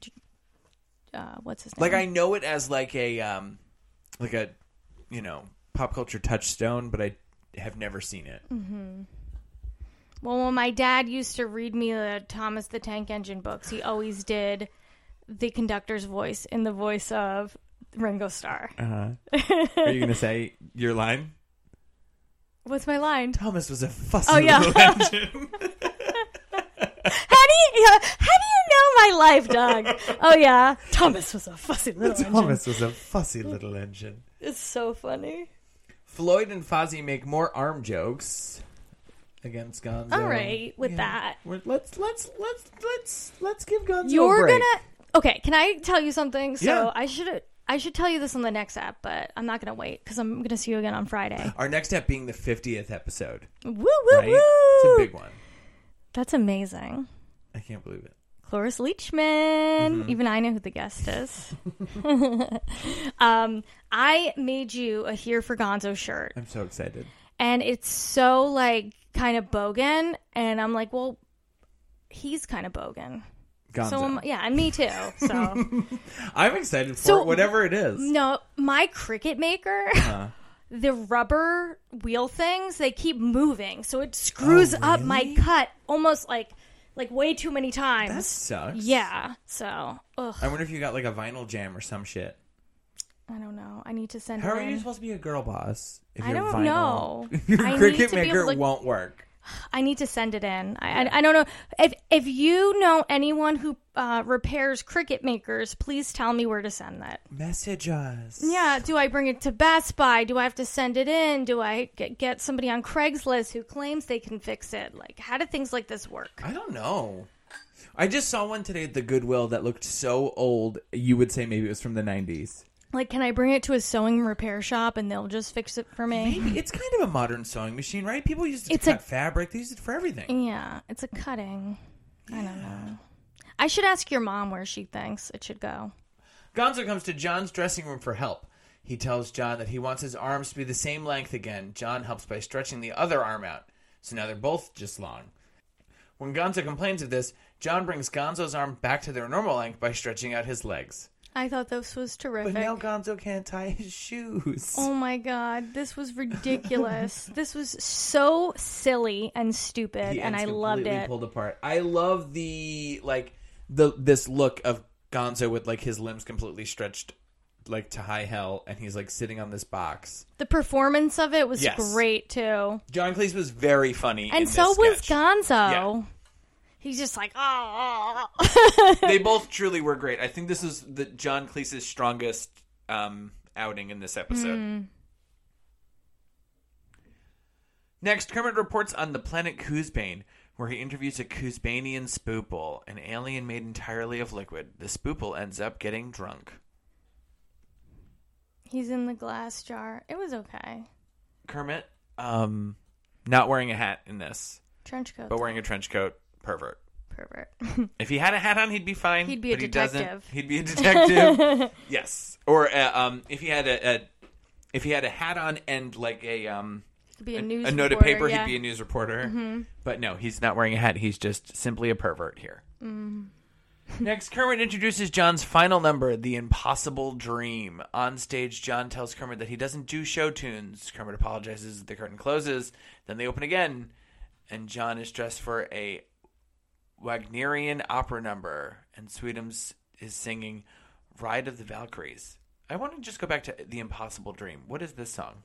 [SPEAKER 3] uh, what's his name?
[SPEAKER 1] Like I know it as like a um, like a you know pop culture touchstone, but I have never seen it.
[SPEAKER 3] Well, when my dad used to read me the Thomas the Tank Engine books, he always did the conductor's voice in the voice of Ringo Starr.
[SPEAKER 1] Uh. Are you gonna say your line?
[SPEAKER 3] What's my line?
[SPEAKER 1] Thomas was a fussy
[SPEAKER 3] Oh, yeah.
[SPEAKER 1] little engine.
[SPEAKER 3] How do you how do you know my life, Doug? Oh yeah, Thomas was a fussy little. engine.
[SPEAKER 1] Thomas was a fussy little engine.
[SPEAKER 3] It's so funny.
[SPEAKER 1] Floyd and Fozzie make more arm jokes against Gonzo.
[SPEAKER 3] All right, with that.
[SPEAKER 1] We're- let's let's let's let's let's give Gonzo a
[SPEAKER 3] You're
[SPEAKER 1] break.
[SPEAKER 3] gonna okay. Can I tell you something? So
[SPEAKER 1] Yeah.
[SPEAKER 3] I should I should tell you this on the next app, but I'm not gonna wait because I'm gonna see you again on Friday.
[SPEAKER 1] Our next step being the fiftieth episode,
[SPEAKER 3] Woo woo
[SPEAKER 1] right?
[SPEAKER 3] woo!
[SPEAKER 1] It's a big one.
[SPEAKER 3] That's amazing.
[SPEAKER 1] I can't believe it.
[SPEAKER 3] Cloris Leachman.
[SPEAKER 1] Mm-hmm.
[SPEAKER 3] Even I know who the guest is. um, I made you a Here for Gonzo shirt,
[SPEAKER 1] I'm so excited.
[SPEAKER 3] and it's so like kind of bogan, and I'm like, well, he's kind of bogan.
[SPEAKER 1] Gonzo.
[SPEAKER 3] So am, yeah, and me too. So
[SPEAKER 1] I'm excited for
[SPEAKER 3] So-
[SPEAKER 1] it, whatever it is.
[SPEAKER 3] no, my cricket maker. The rubber wheel things they keep moving, so it screws
[SPEAKER 1] Oh,
[SPEAKER 3] up my cut almost like like way too many times.
[SPEAKER 1] That sucks.
[SPEAKER 3] yeah, so ugh.
[SPEAKER 1] I wonder if you got like a vinyl jam or some shit.
[SPEAKER 3] I don't know. I need to send
[SPEAKER 1] How
[SPEAKER 3] her
[SPEAKER 1] are you
[SPEAKER 3] in.
[SPEAKER 1] supposed to be a girl boss if
[SPEAKER 3] I
[SPEAKER 1] your
[SPEAKER 3] don't
[SPEAKER 1] vinyl-
[SPEAKER 3] know.
[SPEAKER 1] Your
[SPEAKER 3] I need
[SPEAKER 1] cricket
[SPEAKER 3] to be
[SPEAKER 1] maker
[SPEAKER 3] able to-
[SPEAKER 1] won't work.
[SPEAKER 3] I need to send it in. I, I, I don't know if if you know anyone who uh, repairs cricket makers. Please tell me where to send that.
[SPEAKER 1] Message us.
[SPEAKER 3] Yeah. Do I bring it to Best Buy? Do I have to send it in? Do I get, get somebody on Craigslist who claims they can fix it? Like, how do things like this work?
[SPEAKER 1] I don't know. I just saw one today at the Goodwill that looked so old. You would say maybe it was from the 90s.
[SPEAKER 3] Like, can I bring it to a sewing repair shop and they'll just fix it for me?
[SPEAKER 1] Maybe it's kind of a modern sewing machine, right? People used it to
[SPEAKER 3] It's a- Mm.
[SPEAKER 1] cut fabric. They used it for everything.
[SPEAKER 3] Yeah, it's a cutting. I don't know. I should ask your mom where she thinks it should go.
[SPEAKER 1] Gonzo comes to John's dressing room for help. He tells John that he wants his arms to be the same length again. John helps by stretching the other arm out, so now they're both just long. When Gonzo complains of this, John brings Gonzo's arm back to their normal length by stretching out his legs.
[SPEAKER 3] I thought this was terrific.
[SPEAKER 1] But now Gonzo can't tie his shoes.
[SPEAKER 3] Oh my god, this was ridiculous. this was so silly and stupid,
[SPEAKER 1] The
[SPEAKER 3] and I
[SPEAKER 1] end's
[SPEAKER 3] loved
[SPEAKER 1] completely
[SPEAKER 3] it.
[SPEAKER 1] Pulled apart. I love the like the this look of Gonzo with like his limbs completely stretched like to high hell, and he's like sitting on this box.
[SPEAKER 3] The performance of it was
[SPEAKER 1] Yes.
[SPEAKER 3] great too,
[SPEAKER 1] John Cleese was very funny, in
[SPEAKER 3] and
[SPEAKER 1] this
[SPEAKER 3] so was
[SPEAKER 1] sketch.
[SPEAKER 3] Gonzo. He's just like, oh,
[SPEAKER 1] they both truly were great. I think this is the John Cleese's strongest um, outing in this episode. Next, Kermit reports on the planet Kuzbane, where he interviews a Kuzbanian spoople, an alien made entirely of liquid. The spoople ends up getting drunk.
[SPEAKER 3] he's in the glass jar. It was okay.
[SPEAKER 1] Kermit, um, not wearing a hat in this,
[SPEAKER 3] Trench coat.
[SPEAKER 1] but wearing a trench coat, pervert.
[SPEAKER 3] pervert.
[SPEAKER 1] If he had a hat on, he'd be fine.
[SPEAKER 3] He'd be a
[SPEAKER 1] but he
[SPEAKER 3] detective.
[SPEAKER 1] Doesn't. He'd be a detective. yes. Or uh, um, if he had a, a if he had a hat on and like a um
[SPEAKER 3] Could be a news
[SPEAKER 1] a note of
[SPEAKER 3] reporter,
[SPEAKER 1] paper,
[SPEAKER 3] yeah. Mm-hmm.
[SPEAKER 1] he'd be a news reporter. But no, he's not wearing a hat. He's just simply a pervert here.
[SPEAKER 3] Mm.
[SPEAKER 1] Next, Kermit introduces John's final number, The Impossible Dream. On stage, John tells Kermit that he doesn't do show tunes. Kermit apologizes, the curtain closes, then they open again, and John is dressed for a Wagnerian opera number, and Sweetums is singing Ride of the Valkyries. I want to just go back to The Impossible Dream. What is this song?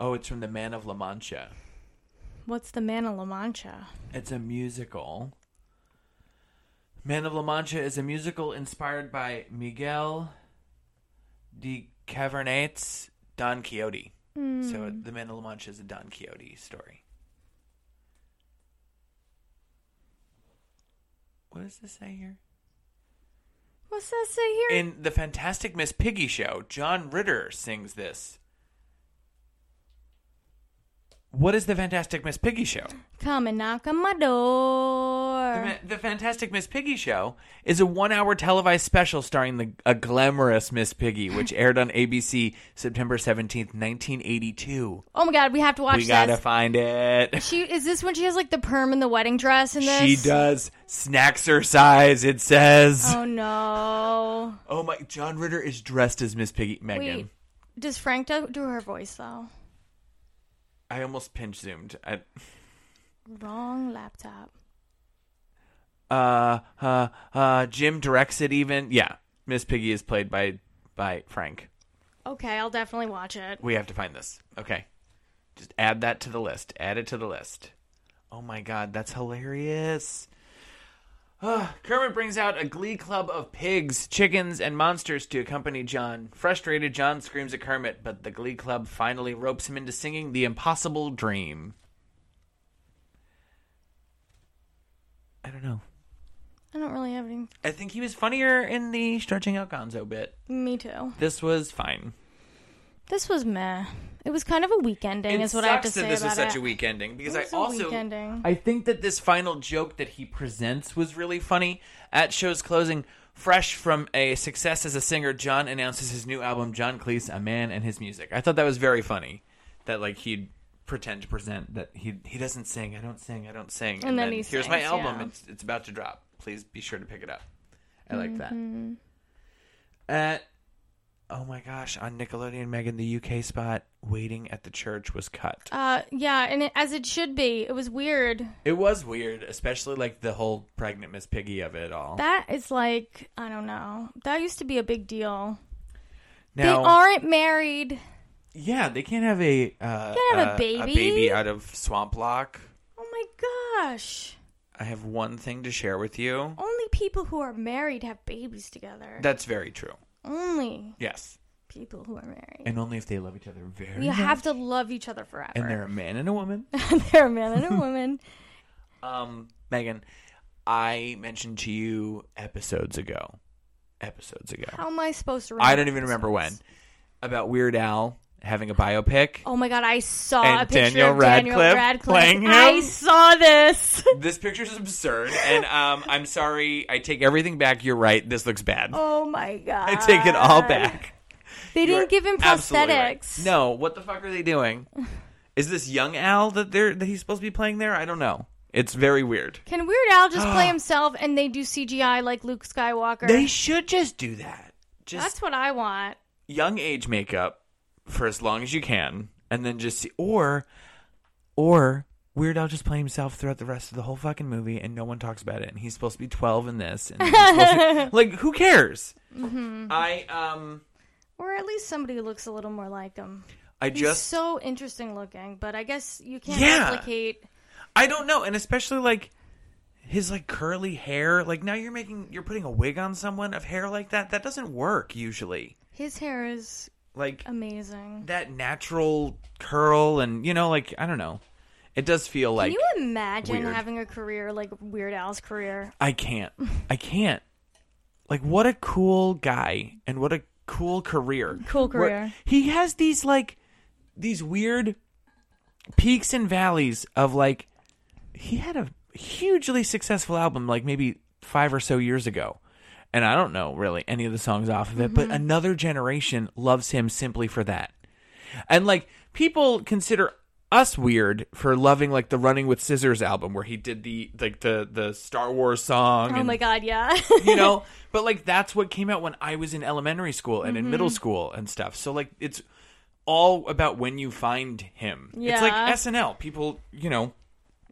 [SPEAKER 1] Oh, it's from The Man of La Mancha.
[SPEAKER 3] What's the man of La Mancha?
[SPEAKER 1] It's a musical. Man of La Mancha is a musical inspired by Miguel de Cavernet's Don Quixote. So The Man of La Mancha is a Don Quixote story. What does this say here?
[SPEAKER 3] What's that say here?
[SPEAKER 1] In the Fantastic Miss Piggy show, John Ritter sings this. What is the Fantastic Miss Piggy show?
[SPEAKER 3] Come and knock on my door.
[SPEAKER 1] The, Ma- the Fantastic Miss Piggy Show is a one hour televised special starring the, a glamorous Miss Piggy, which aired on ABC September 17th, 1982.
[SPEAKER 3] Oh my god, we have to watch
[SPEAKER 1] we gotta
[SPEAKER 3] this.
[SPEAKER 1] find it.
[SPEAKER 3] she is this when she has like the perm and the wedding dress and this?
[SPEAKER 1] She does snacksercise, it says.
[SPEAKER 3] Oh no.
[SPEAKER 1] Oh my, John Ritter is dressed as Miss Piggy. Megan,
[SPEAKER 3] Wait. Does Frank do, do her voice though?
[SPEAKER 1] I almost pinch zoomed. I,
[SPEAKER 3] Wrong laptop.
[SPEAKER 1] uh, uh, uh, Jim directs it even. Yeah, Miss Piggy is played by, by Frank.
[SPEAKER 3] Okay, I'll definitely watch it.
[SPEAKER 1] We have to find this. Okay. Just add that to the list. Add it to the list. Oh my god, that's hilarious. Ugh. Kermit brings out a glee club of pigs, chickens, and monsters to accompany John. Frustrated, John screams at Kermit, but the glee club finally ropes him into singing The Impossible Dream. I don't know.
[SPEAKER 3] I don't really have any.
[SPEAKER 1] I think he was funnier in the stretching out Gonzo bit.
[SPEAKER 3] Me too.
[SPEAKER 1] This was fine.
[SPEAKER 3] This was meh. It was kind of a weak
[SPEAKER 1] It
[SPEAKER 3] ending, is what I have to
[SPEAKER 1] sucks that
[SPEAKER 3] say
[SPEAKER 1] this
[SPEAKER 3] about
[SPEAKER 1] was such
[SPEAKER 3] it.
[SPEAKER 1] a weak ending because
[SPEAKER 3] It was
[SPEAKER 1] I
[SPEAKER 3] a
[SPEAKER 1] also
[SPEAKER 3] weak ending.
[SPEAKER 1] I think that this final joke that he presents was really funny. At show's closing, fresh from a success as a singer, John announces his new album, John Cleese, A Man and His Music. I thought that was very funny. That like he'd pretend to present that he he doesn't sing, I don't sing, I don't sing, and,
[SPEAKER 3] then he
[SPEAKER 1] here's my
[SPEAKER 3] sings,
[SPEAKER 1] album,
[SPEAKER 3] yeah.
[SPEAKER 1] it's it's about to drop. Please be sure to pick it up. I like
[SPEAKER 3] Mm-hmm.
[SPEAKER 1] that. At oh my gosh, on Nickelodeon, Megan, the UK spot, waiting at the church was cut.
[SPEAKER 3] Uh, yeah, and it, as it should be. It was weird.
[SPEAKER 1] It was weird, especially like the whole pregnant Miss Piggy of it all.
[SPEAKER 3] That is like I don't know. That used to be a big deal. They
[SPEAKER 1] now,
[SPEAKER 3] aren't married.
[SPEAKER 1] yeah, they can't have a uh,
[SPEAKER 3] Can't have a
[SPEAKER 1] uh,
[SPEAKER 3] baby.
[SPEAKER 1] baby out of Swamp Lock.
[SPEAKER 3] Oh my gosh.
[SPEAKER 1] I have one thing to share with you.
[SPEAKER 3] Only people who are married have babies together.
[SPEAKER 1] That's very true.
[SPEAKER 3] Only
[SPEAKER 1] Yes,
[SPEAKER 3] people who are married.
[SPEAKER 1] and only if they love each other very.
[SPEAKER 3] You
[SPEAKER 1] much.
[SPEAKER 3] have to love each other forever.
[SPEAKER 1] and they're a man and a woman.
[SPEAKER 3] They're a man and a woman.
[SPEAKER 1] um, Megan, I mentioned to you episodes ago, episodes ago.
[SPEAKER 3] How am I supposed to remember?
[SPEAKER 1] I don't even remember when about Weird Al having a biopic.
[SPEAKER 3] Oh my god, I saw
[SPEAKER 1] And
[SPEAKER 3] a picture
[SPEAKER 1] Daniel
[SPEAKER 3] of
[SPEAKER 1] Radcliffe
[SPEAKER 3] Daniel Radcliffe
[SPEAKER 1] playing him?
[SPEAKER 3] I saw this.
[SPEAKER 1] this picture's absurd and um, i'm sorry i take everything back you're right this looks bad
[SPEAKER 3] Oh my god.
[SPEAKER 1] i take it all back
[SPEAKER 3] They
[SPEAKER 1] You're
[SPEAKER 3] didn't give him
[SPEAKER 1] absolutely right.
[SPEAKER 3] prosthetics.
[SPEAKER 1] no what the fuck are they doing is this young al that they're that he's supposed to be playing there i don't know it's very weird
[SPEAKER 3] Can Weird Al just play himself and they do CGI like Luke Skywalker?
[SPEAKER 1] they should just do that just
[SPEAKER 3] That's what I want.
[SPEAKER 1] young age makeup for as long as you can and then just see or or Weird Al just play himself throughout the rest of the whole fucking movie, and no one talks about it. And he's supposed to be twelve in this, and he's supposed to, like who cares?
[SPEAKER 3] Mm-hmm.
[SPEAKER 1] I um,
[SPEAKER 3] Or at least somebody who looks a little more like him.
[SPEAKER 1] I
[SPEAKER 3] He's
[SPEAKER 1] just
[SPEAKER 3] so interesting looking, but I guess you can't
[SPEAKER 1] Yeah.
[SPEAKER 3] replicate.
[SPEAKER 1] I don't know, and especially like his like curly hair. Like now you're making you're putting a wig on someone of hair like that. That doesn't work usually.
[SPEAKER 3] His hair is
[SPEAKER 1] Like
[SPEAKER 3] Um, amazing.
[SPEAKER 1] that natural curl, and you know, like I don't know. It does feel like
[SPEAKER 3] Can you imagine
[SPEAKER 1] weird.
[SPEAKER 3] having a career like Weird Al's career?
[SPEAKER 1] I can't. I can't. Like what a cool guy and what a cool career.
[SPEAKER 3] Cool
[SPEAKER 1] Where-
[SPEAKER 3] career.
[SPEAKER 1] he has these like these weird peaks and valleys of like he had a hugely successful album like maybe five or so years ago. And I don't know really any of the songs off of it,
[SPEAKER 3] Mm-hmm.
[SPEAKER 1] but another generation loves him simply for that. And like people consider us weird for loving like the Running with Scissors album where he did the like the the Star Wars song
[SPEAKER 3] Oh
[SPEAKER 1] and
[SPEAKER 3] my god, yeah.
[SPEAKER 1] you know but like that's what came out when i was in elementary school and
[SPEAKER 3] Mm-hmm.
[SPEAKER 1] in middle school and stuff so like it's all about when you find him it's like
[SPEAKER 3] Yeah.
[SPEAKER 1] snl people you know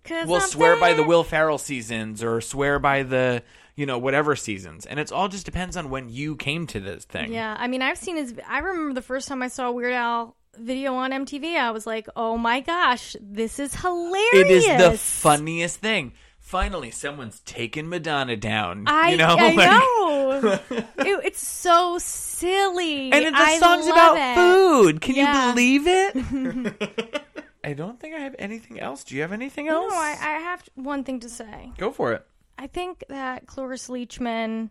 [SPEAKER 3] 'Cause
[SPEAKER 1] will
[SPEAKER 3] I'm
[SPEAKER 1] swear by the
[SPEAKER 3] back.
[SPEAKER 1] will ferrell seasons or swear by the you know whatever seasons and it's all just depends on when you came to this thing
[SPEAKER 3] Yeah, I mean, I've seen his. I remember the first time I saw Weird Al video on MTV. I was like, "Oh my gosh, this is hilarious!"
[SPEAKER 1] it is the funniest thing finally someone's taken madonna down
[SPEAKER 3] I,
[SPEAKER 1] you know
[SPEAKER 3] I
[SPEAKER 1] Like-
[SPEAKER 3] know. It- it's so silly,
[SPEAKER 1] and the
[SPEAKER 3] I
[SPEAKER 1] song's
[SPEAKER 3] love
[SPEAKER 1] about
[SPEAKER 3] it.
[SPEAKER 1] food. Can
[SPEAKER 3] Yeah.
[SPEAKER 1] you believe it? I don't think I have anything else. Do you have anything else?
[SPEAKER 3] No, I, I have one thing to say.
[SPEAKER 1] Go for it.
[SPEAKER 3] I think that Cloris Leachman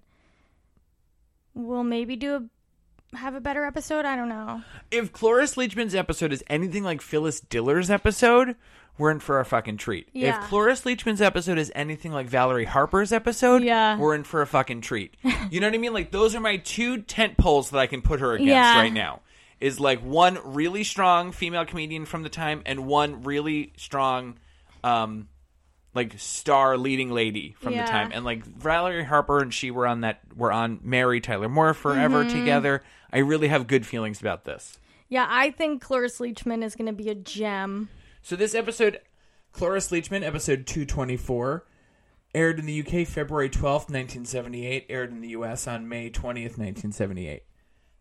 [SPEAKER 3] will maybe do a have a better episode. I don't know.
[SPEAKER 1] If Cloris Leachman's episode is anything like Phyllis Diller's episode, we're in for a fucking treat.
[SPEAKER 3] Yeah.
[SPEAKER 1] If Cloris Leachman's episode is anything like Valerie Harper's episode,
[SPEAKER 3] Yeah.
[SPEAKER 1] we're in for a fucking treat. You know what I mean? Like those are my two tent poles that I can put her against
[SPEAKER 3] Yeah.
[SPEAKER 1] right now. Is like one really strong female comedian from the time and one really strong um like star leading lady from
[SPEAKER 3] Yeah.
[SPEAKER 1] the time and like Valerie Harper and she were on that were on Mary Tyler Moore forever
[SPEAKER 3] Mm-hmm.
[SPEAKER 1] together. I really have good feelings about this.
[SPEAKER 3] Yeah, I think Cloris Leachman is going to be a gem.
[SPEAKER 1] So this episode, Cloris Leachman, episode 224, aired in the UK February 12th, 1978, aired in the US on May 20th, 1978.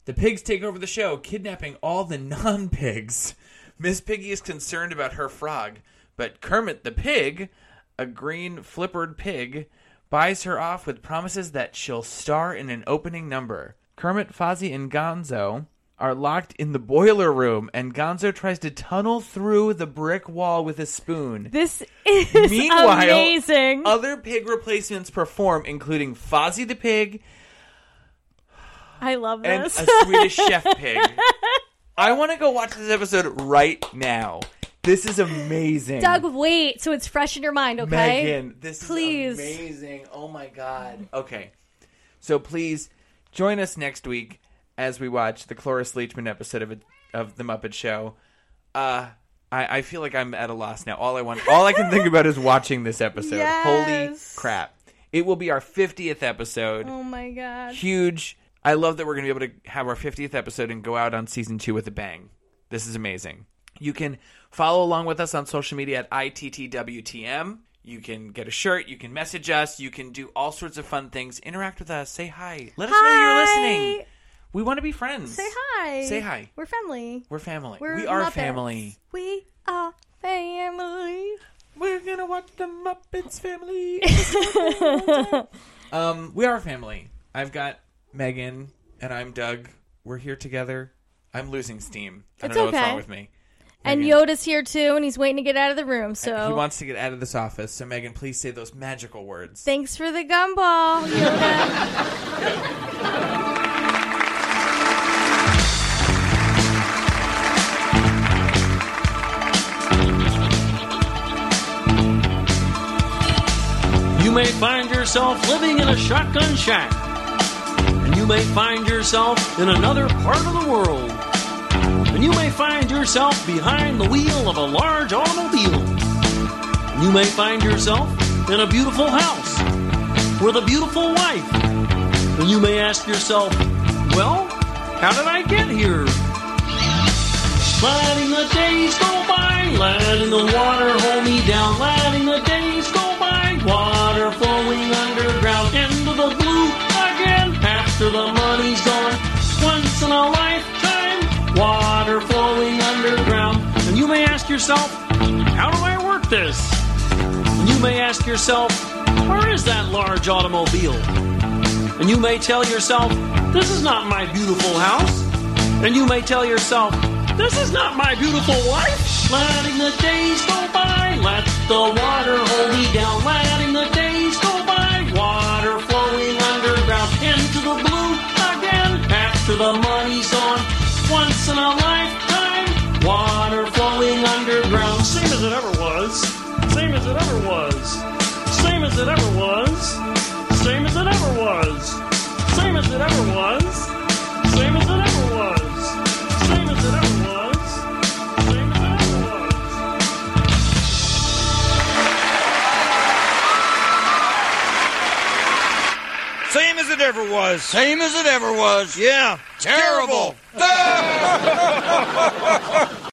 [SPEAKER 1] The pigs take over the show, kidnapping all the non-pigs. Miss Piggy is concerned about her frog, but Kermit the pig, a green flippered pig, buys her off with promises that she'll star in an opening number. Kermit, Fozzie, and Gonzo are locked in the boiler room, and Gonzo tries to tunnel through the brick wall with a spoon.
[SPEAKER 3] This is
[SPEAKER 1] Meanwhile, uh,
[SPEAKER 3] amazing.
[SPEAKER 1] other pig replacements perform, including Fozzie the pig
[SPEAKER 3] I love
[SPEAKER 1] and a
[SPEAKER 3] this.
[SPEAKER 1] Swedish chef pig. I want to go watch this episode right now. This is amazing.
[SPEAKER 3] Doug, wait. So it's fresh in your mind, okay?
[SPEAKER 1] Megan, this is
[SPEAKER 3] Please.
[SPEAKER 1] amazing. Oh my god. Okay. So please join us next week as we watch the Cloris Leachman episode of of the Muppet Show. Uh I, I feel like I'm at a loss now. All I want all I can think about is watching this episode.
[SPEAKER 3] Yes.
[SPEAKER 1] Holy crap. It will be our 50th episode
[SPEAKER 3] Oh my god.
[SPEAKER 1] huge. I love that we're going to be able to have our 50th episode and go out on season two with a bang. This is amazing. You can follow along with us on social media at ITTWTM. You can get a shirt. You can message us. You can do all sorts of fun things. Interact with us. Say hi. Let us know you're listening. We want to be friends.
[SPEAKER 3] Say hi.
[SPEAKER 1] Say hi.
[SPEAKER 3] We're family.
[SPEAKER 1] We're family.
[SPEAKER 3] We're
[SPEAKER 1] we are
[SPEAKER 3] Muppets.
[SPEAKER 1] family.
[SPEAKER 3] We are family.
[SPEAKER 1] We're going to watch the Muppets family. um, we are family. I've got Megan and I'm Doug. We're here together. I'm losing steam. I
[SPEAKER 3] It's
[SPEAKER 1] don't know what's
[SPEAKER 3] okay.
[SPEAKER 1] wrong with me.
[SPEAKER 3] And
[SPEAKER 1] Megan.
[SPEAKER 3] Yoda's here too, and he's waiting to get out of the room. So
[SPEAKER 1] He wants to get out of this office. So, Megan, please say those magical words.
[SPEAKER 3] thanks for the gumball, Yoda.
[SPEAKER 5] You may find yourself living in a shotgun shack, and you may find yourself in another part of the world, and you may find yourself behind the wheel of a large automobile, and you may find yourself in a beautiful house with a beautiful wife, and you may ask yourself, Well, how did I get here? Letting the days go by, letting the water hold me down, letting the days go by, water flowing underground, into the blue again, after the money's gone, once in a lifetime, water flowing underground. And you may ask yourself, how do I work this? And you may ask yourself, where is that large automobile? And you may tell yourself, this is not my beautiful house. And you may tell yourself, this is not my beautiful wife. Letting the days go by, let the water hold me down. Letting the days go by, water flowing underground. Into the blue again, after the money's on. Once in a lifetime, water flowing underground. Same as it ever was, same as it ever was. it ever was. Same as it ever was. Same as it ever was. Same as it ever was. Same as it ever was. Same as it ever was.
[SPEAKER 11] Same as it ever was. Same as it ever was. Yeah. Terrible.